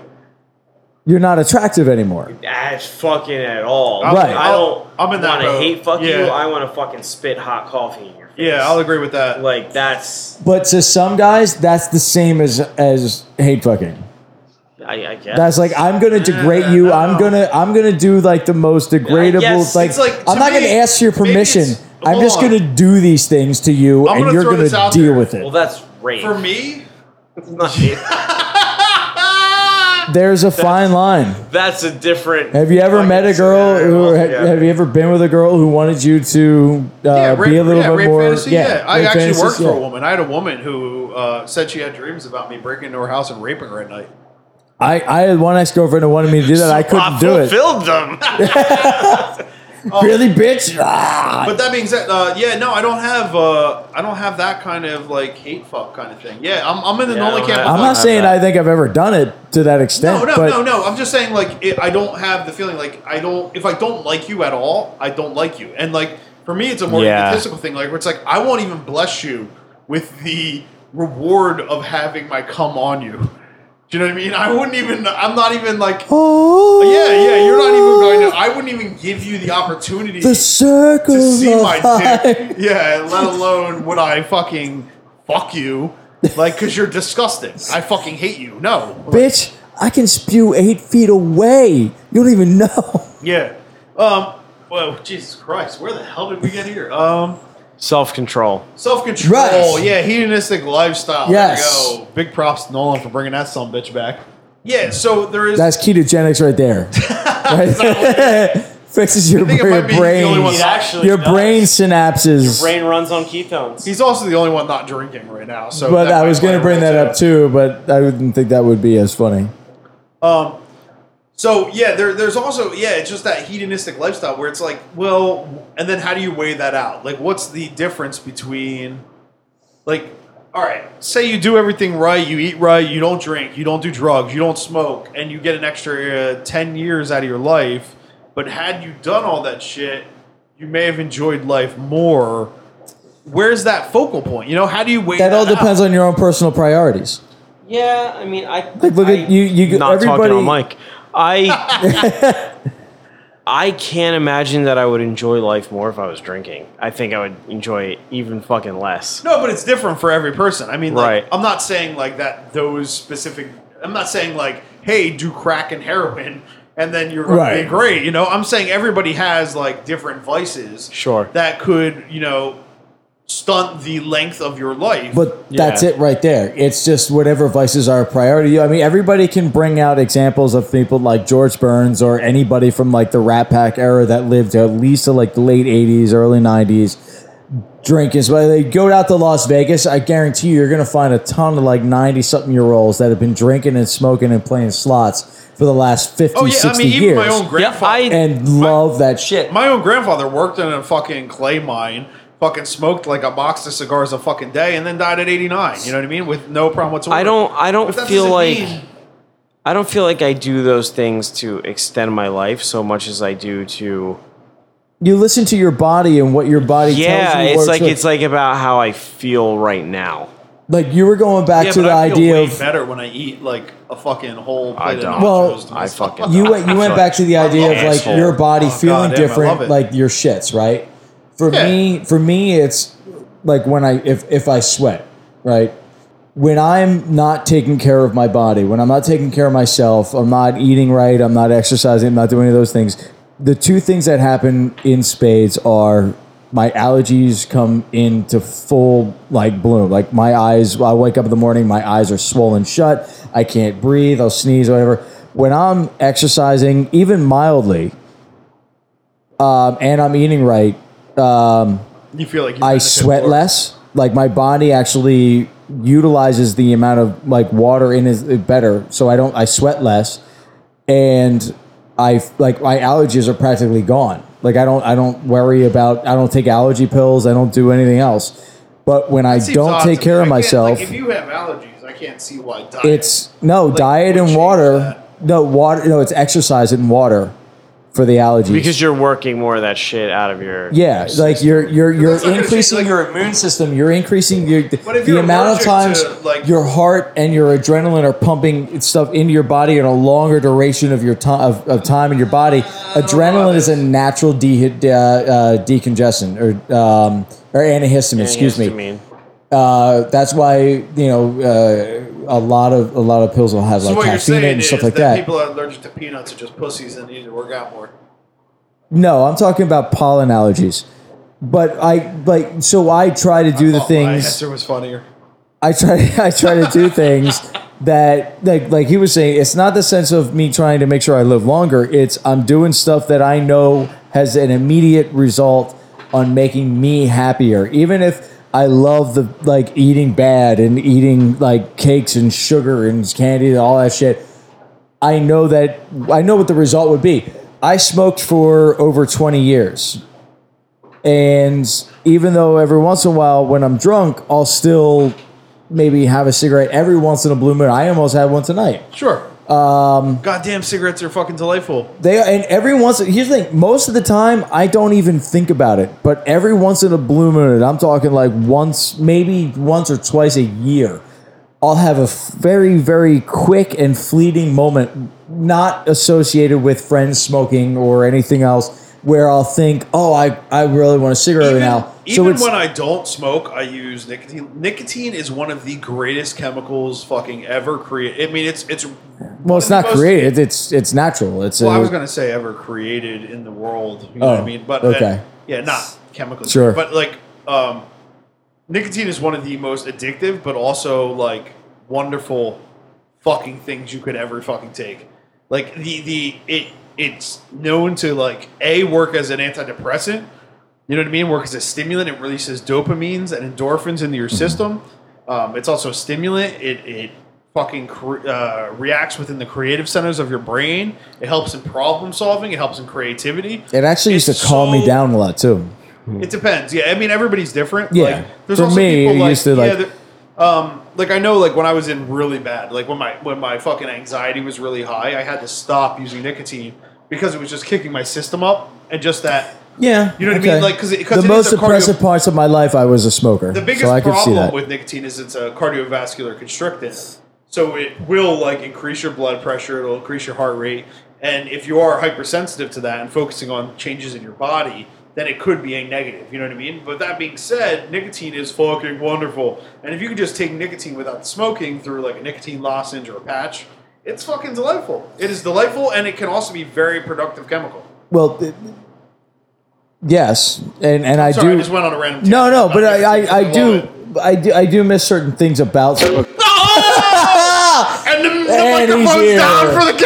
You're not attractive anymore.
that's fucking at all.
I'm-
Right.
I don't.
I'm in that
want to
boat.
hate fuck you.
Yeah.
I want to fucking spit hot coffee in your face.
Yeah, I'll agree with that.
like that's.
But to some guys, that's the same as as hate fucking.
I, I guess
That's like I'm gonna degrade you. I'm gonna I'm gonna do like the most degradable.
guess
like,
it's like,
I'm
to
not gonna
me,
ask your
maybe
permission.
it's-
I'm
hold
just
on.
gonna do these things to you,
I'm
and
gonna
you're
throw
gonna
this out
deal
there.
with it.
Well, that's rape.
For me,
It's not rape.
There's a fine line.
that's a different.
Have you ever
fucking
met a girl
scenario
who? Have,
altogether.
have you ever been with a girl who wanted you to uh,
yeah, rape,
be a little
yeah,
bit
rape
more?
fantasy, yeah. I
rape
actually
fantasies,
worked for
yeah.
a woman. I had a woman who uh, said she had dreams about me breaking into her house and raping her at night.
I, I had one ex girlfriend who wanted me to do that. I couldn't do it.
fulfilled them.
Really, bitch. Ah.
But that being said, uh, yeah, no, I don't have, uh, I don't have that kind of like hate fuck kind of thing. Yeah, I'm, I'm in the
Yeah, I
only
don't
camp.
have-
of,
I'm
like,
not saying I think I've ever done it to that extent.
No, no,
but
no, no. I'm just saying, like, it, I don't have the feeling, like, I don't, if I don't like you at all, I don't like you. And, like, for me, it's a more
Yeah.
egotistical thing, like, where it's like, I won't even bless you with the reward of having my cum on you. Do you know what I mean? I wouldn't even, I'm not even, like,
Oh,
yeah, yeah, you're not even going to, I wouldn't even give you the opportunity
The circle
to see
of
my dick.
life.
Yeah, let alone would I fucking fuck you. Like, because you're disgusting. I fucking hate you. No.
Bitch, I can spew eight feet away. You don't even know.
Yeah. Um. Well, Jesus Christ, where the hell did we get here? Um.
Self control.
Self control.
Right.
Oh, Yeah, hedonistic lifestyle.
Yes.
There you go. Big props to Nolan for bringing that son bitch back. Yeah. So there is.
That's ketogenics right there. Right? Fixes your,
think it
your
might be the only
brain.
one-
It actually
Your
does.
brain synapses.
Brain runs on ketones.
he's also the only one not drinking right now. So.
but I
might
was going to
play a
bring
role
that up too, but I wouldn't think that would be as funny.
Um. So yeah, there, there's also yeah, it's just that hedonistic lifestyle where it's like, well, and then how do you weigh that out? Like, what's the difference between, like, all right, say you do everything right, you eat right, you don't drink, you don't do drugs, you don't smoke, and you get an extra uh, ten years out of your life, but had you done all that shit, you may have enjoyed life more. Where's that focal point? You know, how do you weigh that?
That all depends on your own personal priorities.
Yeah, I mean, I
Like, look
I,
at you. You
Not
everybody.
talking on mic. I I can't imagine that I would enjoy life more if I was drinking. I think I would enjoy it even fucking less.
No, but it's different for every person. I mean, like,
Right.
I'm not saying like that those specific. I'm not saying like, hey, do crack and heroin, and then you're going to
Right.
be great. You know, I'm saying everybody has like different vices.
Sure.
That could you know stunt the length of your life.
But that's
Yeah.
it right there. It's just whatever vices are a priority. I mean, everybody can bring out examples of people like George Burns or anybody from like the Rat Pack era that lived at least to like the late 80s, early 90s, drinking. So when they go out to Las Vegas, I guarantee you, you're going to find a ton of like 90 something year olds that have been drinking and smoking and playing slots for the last 50,
oh yeah,
60
I mean,
years.
even my own
Yeah,
grandfather.
I
and love that shit.
My own grandfather worked in a fucking clay mine, fucking smoked like a box of cigars a fucking day, and then died at 89. You know what I mean? With no problem whatsoever.
I don't. I don't
But that
feel
doesn't
like.
mean-
I don't feel like I do those things to extend my life so much as I do to.
You listen to your body and what your body
Yeah,
tells you.
it's
works
like
with-
it's like about how I feel right now.
like you were going back
Yeah,
to
but
the
I feel
idea
way
of
better when I eat like a fucking whole plate
I
of
don't.
nachos
Well,
to
I
myself.
fucking
you went you went back to the idea of like
Asshole.
your body
Oh, goddamn, I
feeling
love
different,
it.
like your shits, right? For
Yeah.
me, for me, it's like when I if if I sweat, right? When I'm not taking care of my body, when I'm not taking care of myself, I'm not eating right, I'm not exercising, I'm not doing any of those things. The two things that happen in spades are my allergies come into full like bloom. Like my eyes, I wake up in the morning, my eyes are swollen shut. I can't breathe. I'll sneeze, whatever. When I'm exercising, even mildly, um, and I'm eating right, um,
You feel like you
I
benefit
sweat
more.
less. Like my body actually utilizes the amount of like water in it better, so I don't. I sweat less, and I like my allergies are practically gone. Like I don't. I don't worry about. I don't take allergy pills. I don't do anything else. But when I
It seems
don't
odd to
take
me.
care
I
of
can't-
myself,
Like, if you have allergies, I can't see why diet.
it's no diet
would
and
change
water.
that.
No water. No, it's exercise and water for the allergies.
because you're working more of that shit out of your
yeah, like you're you're
that's not
you're
gonna
increasing
change, like-
your immune system. You're increasing your,
But if
the
you're
amount
allergic
of times
to, like-
your heart and your adrenaline are pumping stuff into your body in a longer duration of your time of, of time in your body.
Uh,
Adrenaline is a natural de- uh, uh, decongestant or um, or antihistamine. Excuse me.
histamine.
Uh, that's why you know uh, a lot of a lot of pills will have
So
like
what you're
caffeine in it
saying
and
is
stuff
that,
like that.
people are allergic to peanuts are just pussies and need to work out more.
No, I'm talking about pollen allergies. But I like so I try to do the
Oh, My
things
answer was funnier.
I try I try to do things that like like he was saying it's not the sense of me trying to make sure I live longer. It's I'm doing stuff that I know has an immediate result on making me happier. Even if I love the like eating bad and eating like cakes and sugar and candy and all that shit. I know that I know what the result would be. I smoked for over 20 years. And even though every once in a while when I'm drunk, I'll still maybe have a cigarette every once in a blue moon. I almost had one tonight.
Sure. Um, Goddamn cigarettes are fucking delightful.
They and every once here's the thing, most of the time I don't even think about it. But every once in a blue moon, and I'm talking like once, maybe once or twice a year, I'll have a f- very, very quick and fleeting moment not associated with friends smoking or anything else where I'll think, Oh, I, I really want a cigarette
Even,
right now.
even
it's-
when I don't smoke, I use nicotine. Nicotine is one of the greatest chemicals fucking ever created. I mean, it's it's
Well,
one
it's
of
not
the most-
created. It's it's natural. It's
Well,
a,
I was gonna say ever created in the world. You know what I
Oh,
mean? But
okay.
okay. yeah, not chemically.
Sure.
But like, um, nicotine is one of the most addictive, but also like wonderful fucking things you could ever fucking take. Like the the it it's known to like a work as an antidepressant. You know what I mean? Work as a stimulant. It releases dopamines and endorphins into your system. Um, it's also a stimulant. It it fucking cre- uh, reacts within the creative centers of your brain. It helps in problem solving. It helps in creativity.
it actually used to
it's
calm me
so-
down a lot too.
It depends. Yeah, I mean everybody's different.
Mm-hmm. Yeah.
Like, there's
For
also
me,
people
it
like,
used to,
yeah,
like-
there- um, like I know, like when I was in really bad, like when my when my fucking anxiety was really high, I had to stop using nicotine because it was just kicking my system up and just that.
Yeah,
You know what I mean? Like, 'cause it- 'cause
the
it
most
is a cardio-
oppressive parts of my life, I was a smoker.
The biggest
so I could see
problem
that.
with nicotine is it's a cardiovascular constrictant. So it will like increase your blood pressure, it'll increase your heart rate, and if you are hypersensitive to that and focusing on changes in your body, then it could be a negative. You know what I mean? But that being said, nicotine is fucking wonderful, and if you could just take nicotine without smoking through like a nicotine lozenge or a patch, it's fucking delightful. It is delightful, and it can also be very productive chemical.
well, th- yes, and and I
Sorry, I
do.
just went on a random.
no,
tangent
no,
about
but I
nicotine,
I, I,
love
do.
it.
I do, I do miss certain things about smoking. Ah!
And the, the
And he's
microphone's
here.
down for the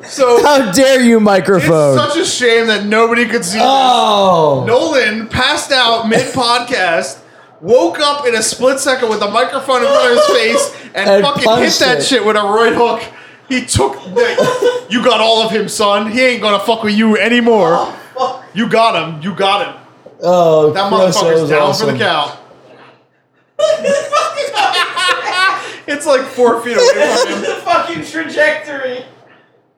count. so
How dare you,
it's
microphone?
such a shame that nobody could see. this.
oh,
Nolan passed out mid podcast, woke up in a split second with a microphone in front of his face, and,
And
fucking hit
punched
that
it.
shit with a right hook. He took. The, you got all of him, son. He ain't gonna fuck with you anymore. You got him. You got him.
oh,
That
Chris,
motherfucker's
was
down for
awesome.
the count. it's like four feet away from him.
the fucking trajectory.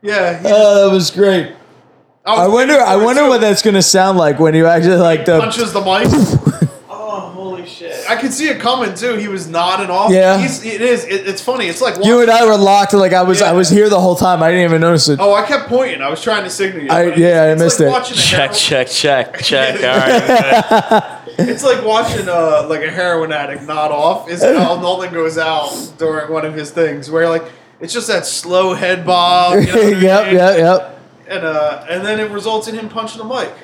Yeah. he-
Oh, that was great.
was
I wonder.
waiting for
I
it
wonder
too.
what that's gonna sound like when you actually like the
punches the mic.
Oh, holy shit.
I could see it coming too. He was nodding off.
Yeah.
He's, it is. It, it's funny. It's like
You and I were locked. Like I was,
Yeah.
I was here the whole time. I didn't even notice it.
Oh, I kept pointing. I was trying to signal you.
I-
but
yeah, I
it's
missed
like
it.
Watching a
check
heroin,
check check check all right
It's like watching uh, like a heroin addict nod off. Is how Nolan goes out during one of his things where like it's just that slow head bob. You know what I
yep,
mean?
yep, yep.
and uh, and then it results in him punching a mic,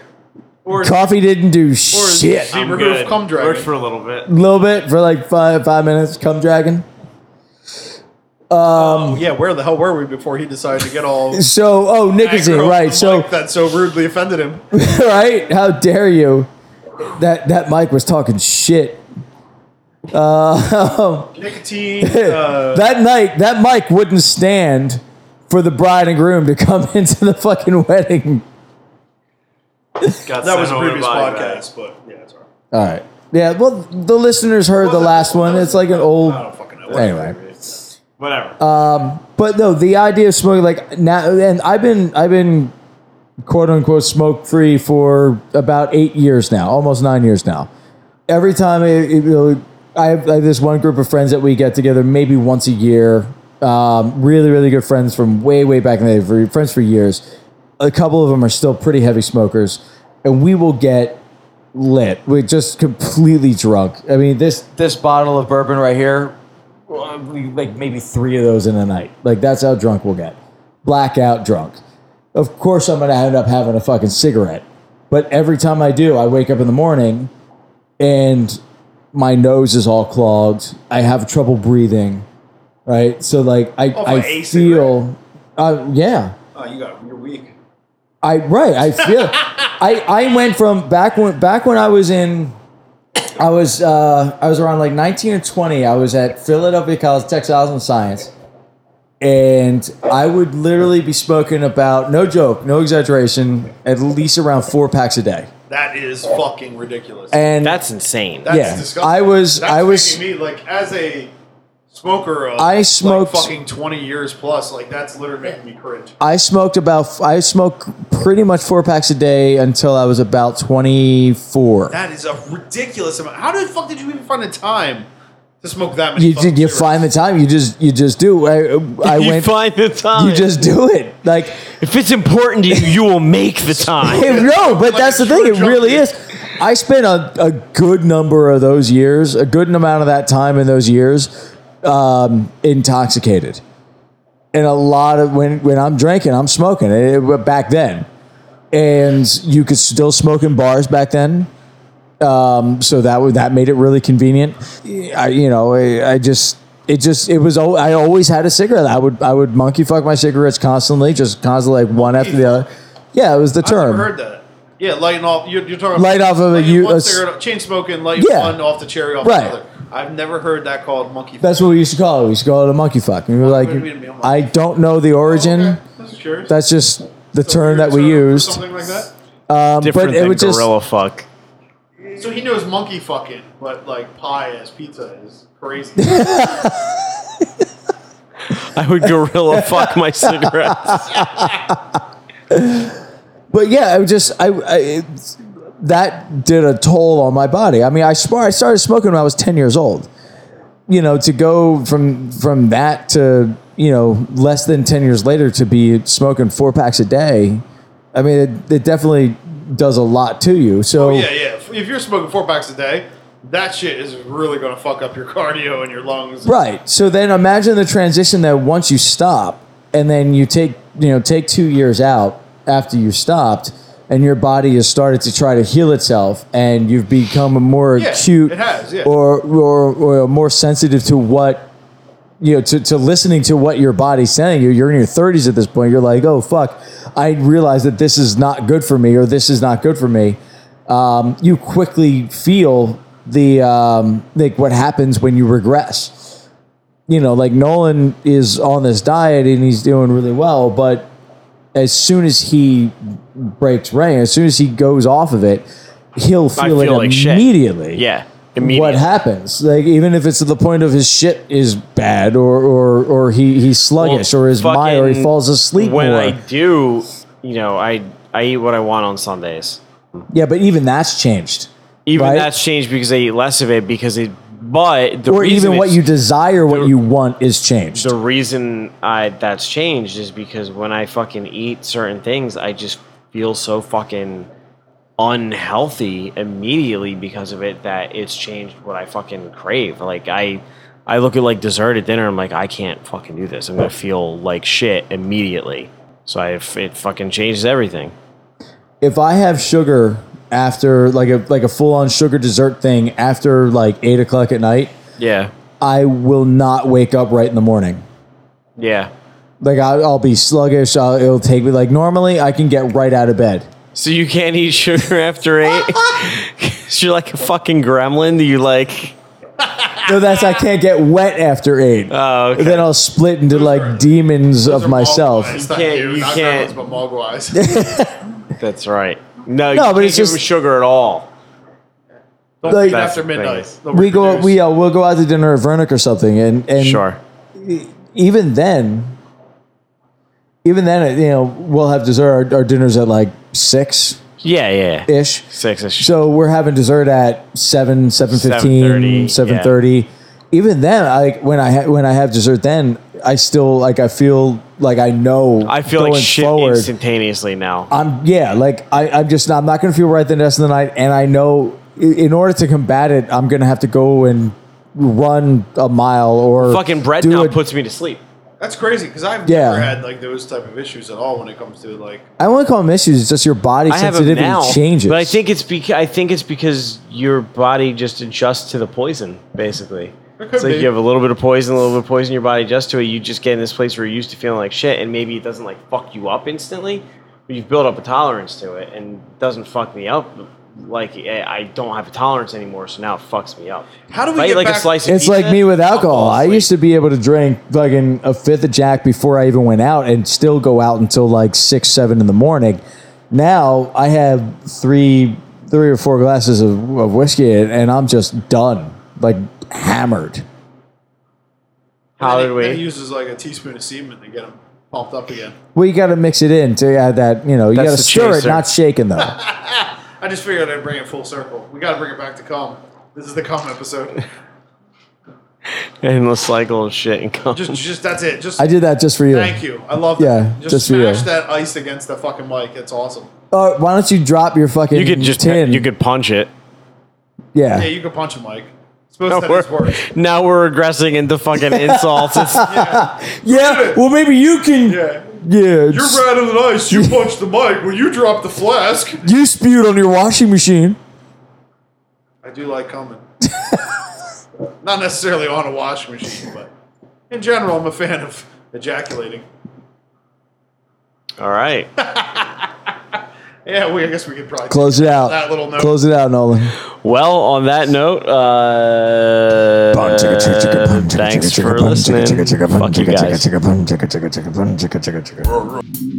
or
Coffee didn't do
or his
shit.
zebra
I'm
hoof
good.
cum dragon.
worked for a little bit
A little bit for like five five minutes. Come dragon. Um,
Oh, yeah, where the hell were we before he decided to get all
So oh
aggro
nicotine
on
right.
the
So
mic that so rudely offended him?
right. How dare you? That that Mike was talking shit.
Nicotine. Uh,
that night, that Mike wouldn't stand for the bride and groom to come into the fucking wedding.
Got
that
sent
was a
home in
previous
body bag.
podcast, but yeah, it's all right.
All right. Yeah. Well, the listeners heard the last one. It's like an
I don't
old.
fucking know.
Anyway.
Whatever.
But no, the idea of smoking like now, and I've been I've been quote unquote smoke free for about eight years now, almost nine years now. Every time I, it- you know, I, have, I have this one group of friends that we get together maybe once a year. Um, really, really good friends from way, way back in the day, for- friends for years. A couple of them are still pretty heavy smokers, and we will get lit. We're just completely drunk. I mean, this this bottle of bourbon right here, well, we- like maybe three of those in a night. Like that's how drunk we'll get. Blackout drunk. Of course, I'm gonna end up having a fucking cigarette. But every time I do, I wake up in the morning and my nose is all clogged. I have trouble breathing. Right. So like I,
Off
I
of Oh, a cigarette?
feel, uh, yeah.
Oh, you got you're weak.
I right. I feel. I I went from back when back when I was in. I was uh, I was around like nineteen or twenty. I was at Philadelphia College Textiles and Science, and I would literally be smoking about no joke, no exaggeration, at least around four packs a day.
That is fucking ridiculous.
And
That's insane.
That's
yeah,
disgusting.
I was-
That's
I was-
making me like as a smoker. Of,
I smoked-
like, fucking twenty years plus. Like that's literally making me cringe.
I smoked about I smoked pretty much four packs a day until I was about twenty four.
That is a ridiculous amount. How the fuck did you even find the time to smoke that many?
You
fucking
did you
cigarettes?
find the time? You just you just do. I, I
you
went.
find the time.
You just do it like.
if it's important to you, you will make the time.
Hey, no, but
Like
that's
a
the thing. It
true
really
junkie.
is. I spent a, a good number of those years, a good amount of that time in those years, um, intoxicated. And a lot of when when I'm drinking, I'm smoking. It, it- back then, and you could still smoke in bars back then. Um, so that would that made it really convenient. I, you know, I, I just. It just it was al- I always had a cigarette. I would I would monkey fuck my cigarettes constantly, just constantly like one after the other. Yeah, it was the
I've
term.
never heard that. Yeah, lighting off. You're, you're talking
Light off of a
lighting
u-
one
a s-
cigarette, chain smoking, light
Yeah.
one off the cherry off
Right.
the other. I've never heard that called monkey.
That's what we used to call it. We used to call it a monkey fuck. And we were like,
Wait a minute, monkey
I don't know the origin.
Oh, Okay, that's curious.
That's just the
That's a
term
weird
that we
term for
used. Um,
Something like that.
Different
but it
than
was just-
gorilla fuck.
So he knows monkey fucking, but like pie as pizza is crazy.
I would gorilla fuck my cigarettes.
But yeah, I was just I, I it's- that did a toll on my body. I mean, I sm- I started smoking when I was ten years old. You know, to go from from that to you know less than ten years later to be smoking four packs a day. I mean, it, it definitely does a lot to you. So
Oh, yeah, yeah. If- If you're smoking four packs a day, that shit is really gonna fuck up your cardio and your lungs.
Right. So then imagine the transition that once you stop and then you take, you know, take 2 years out after you stopped and your body has started to try to heal itself and you've become a more
Yeah,
acute
it has, yeah.
or, or or more sensitive to what you know to, to listening to what your body's telling you you're in your 30s at this point you're like oh fuck i realize that this is not good for me or this is not good for me um, you quickly feel the um, like what happens when you regress you know, like Nolan is on this diet and he's doing really well, but as soon as he breaks rank, as soon as he goes off of it, he'll feel,
feel
it
like shit.
immediately.
Yeah. Immediately.
What happens? Like even if it's to the point of his shit is bad, or or or he he's sluggish, or his mind, or he
fucking-
falls asleep
When
more.
I do, you know, I I eat what I want on Sundays.
yeah, but even that's changed.
Even
Right.
that's changed because I eat less of it because it. But the
Or
reason
even what
it's-
you desire, what you want, is changed.
The reason I that's changed is because when I fucking eat certain things, I just feel so fucking unhealthy immediately because of it that it's changed what I fucking crave. Like I I look at like dessert at dinner, I'm like, I can't fucking do this. I'm gonna feel like shit immediately. So I it fucking changes everything.
if I have sugar after like a like a full on sugar dessert thing after like eight o'clock at night,
Yeah.
I will not wake up right in the morning.
Yeah.
Like I, I'll be sluggish. I'll, it'll take me like normally I can get right out of bed.
So you can't eat sugar after eight? 'Cause you're like a fucking gremlin. You like
No, that's I can't get wet after eight.
oh okay.
Then I'll split into like demons
Ah, Those
of
are
myself.
mogwais,
You
not
can't- you
not
can't-
gremlins, but mogwais.
That's right. No, you
No, but
can't
it's
give
just-
them sugar at all.
Don't
Like-
eat after
That's the
midnight.
thing.
They'll
We go
reproduce.
we uh, we'll go out to dinner at Vernick or something, and and
Sure.
even then, even then, you know, we'll have dessert. Our, our dinner's at like six
Yeah, yeah.
ish.
Six ish.
So we're having dessert at seven, seven fifteen,
7:30,
seven thirty. Even then, like when I ha- when I have dessert, then I still like I feel like I know.
I feel
going
like shit instantaneously now.
I'm yeah, like I, I'm just not, I'm not going to feel right the rest of the night, and I know i- in order to combat it, I'm going to have to go and run a mile or
Fucking bread
uh, do
now
a-
puts me to sleep.
That's crazy because I've
Yeah.
never had like those type of issues at all when it comes to like.
I won't call them issues. It's just your body
I have them
sensitivity
now,
changes.
but I think it's because I think it's because your body just adjusts to the poison, basically.
It could
It's like
be.
you have a little bit of poison, a little bit of poison, your body adjusts to it. You just get in this place where you're used to feeling like shit, and maybe it doesn't like fuck you up instantly, but you've built up a tolerance to it, and it doesn't fuck me up. Like I I don't have a tolerance anymore, so now it fucks me up.
How do we
If I eat
get
like a
back-
slice? Of
it's like
pizza,
me with
I'll fall
alcohol. I
asleep.
used to be able to drink fucking a fifth of Jack before I even went out, and still go out until like six, seven in the morning. Now I have three, three or four glasses of, of whiskey, and I'm just done, like hammered.
How
then
did
he- then He
we?
uses like a teaspoon of semen to get him pumped up again.
Well, you got to mix it in to add that, you know, you
That's
got to
the
stir
chaser.
it, not shaking though.
I just figured I'd bring it full circle. We got to bring it back to calm. This is the calm episode.
Endless cycle of shit and cum.
Just, just that's it. Just
I did that just for you.
thank you. I love that.
Yeah,
just,
just for
smash
you.
that ice against that fucking mic. It's awesome.
Uh, why don't you drop your fucking
You could just
tin?
you could punch it.
yeah.
Yeah, you can punch a mic. It's supposed
No,
to have
we're-
this work.
Now we're regressing into fucking insults. It's
yeah. Well, maybe you can. Yeah.
Yeah. You're rattling ice. You punch the mic. Well, you drop the flask.
You spewed on your washing machine.
I do like coming. Not necessarily on a washing machine, but in general, I'm a fan of ejaculating.
all right.
Yeah, we, I guess we could probably
Close it out.
That little note.
Close it out, Nolan.
Well, on that note, uh, thanks for listening. Fuck you guys.
guys.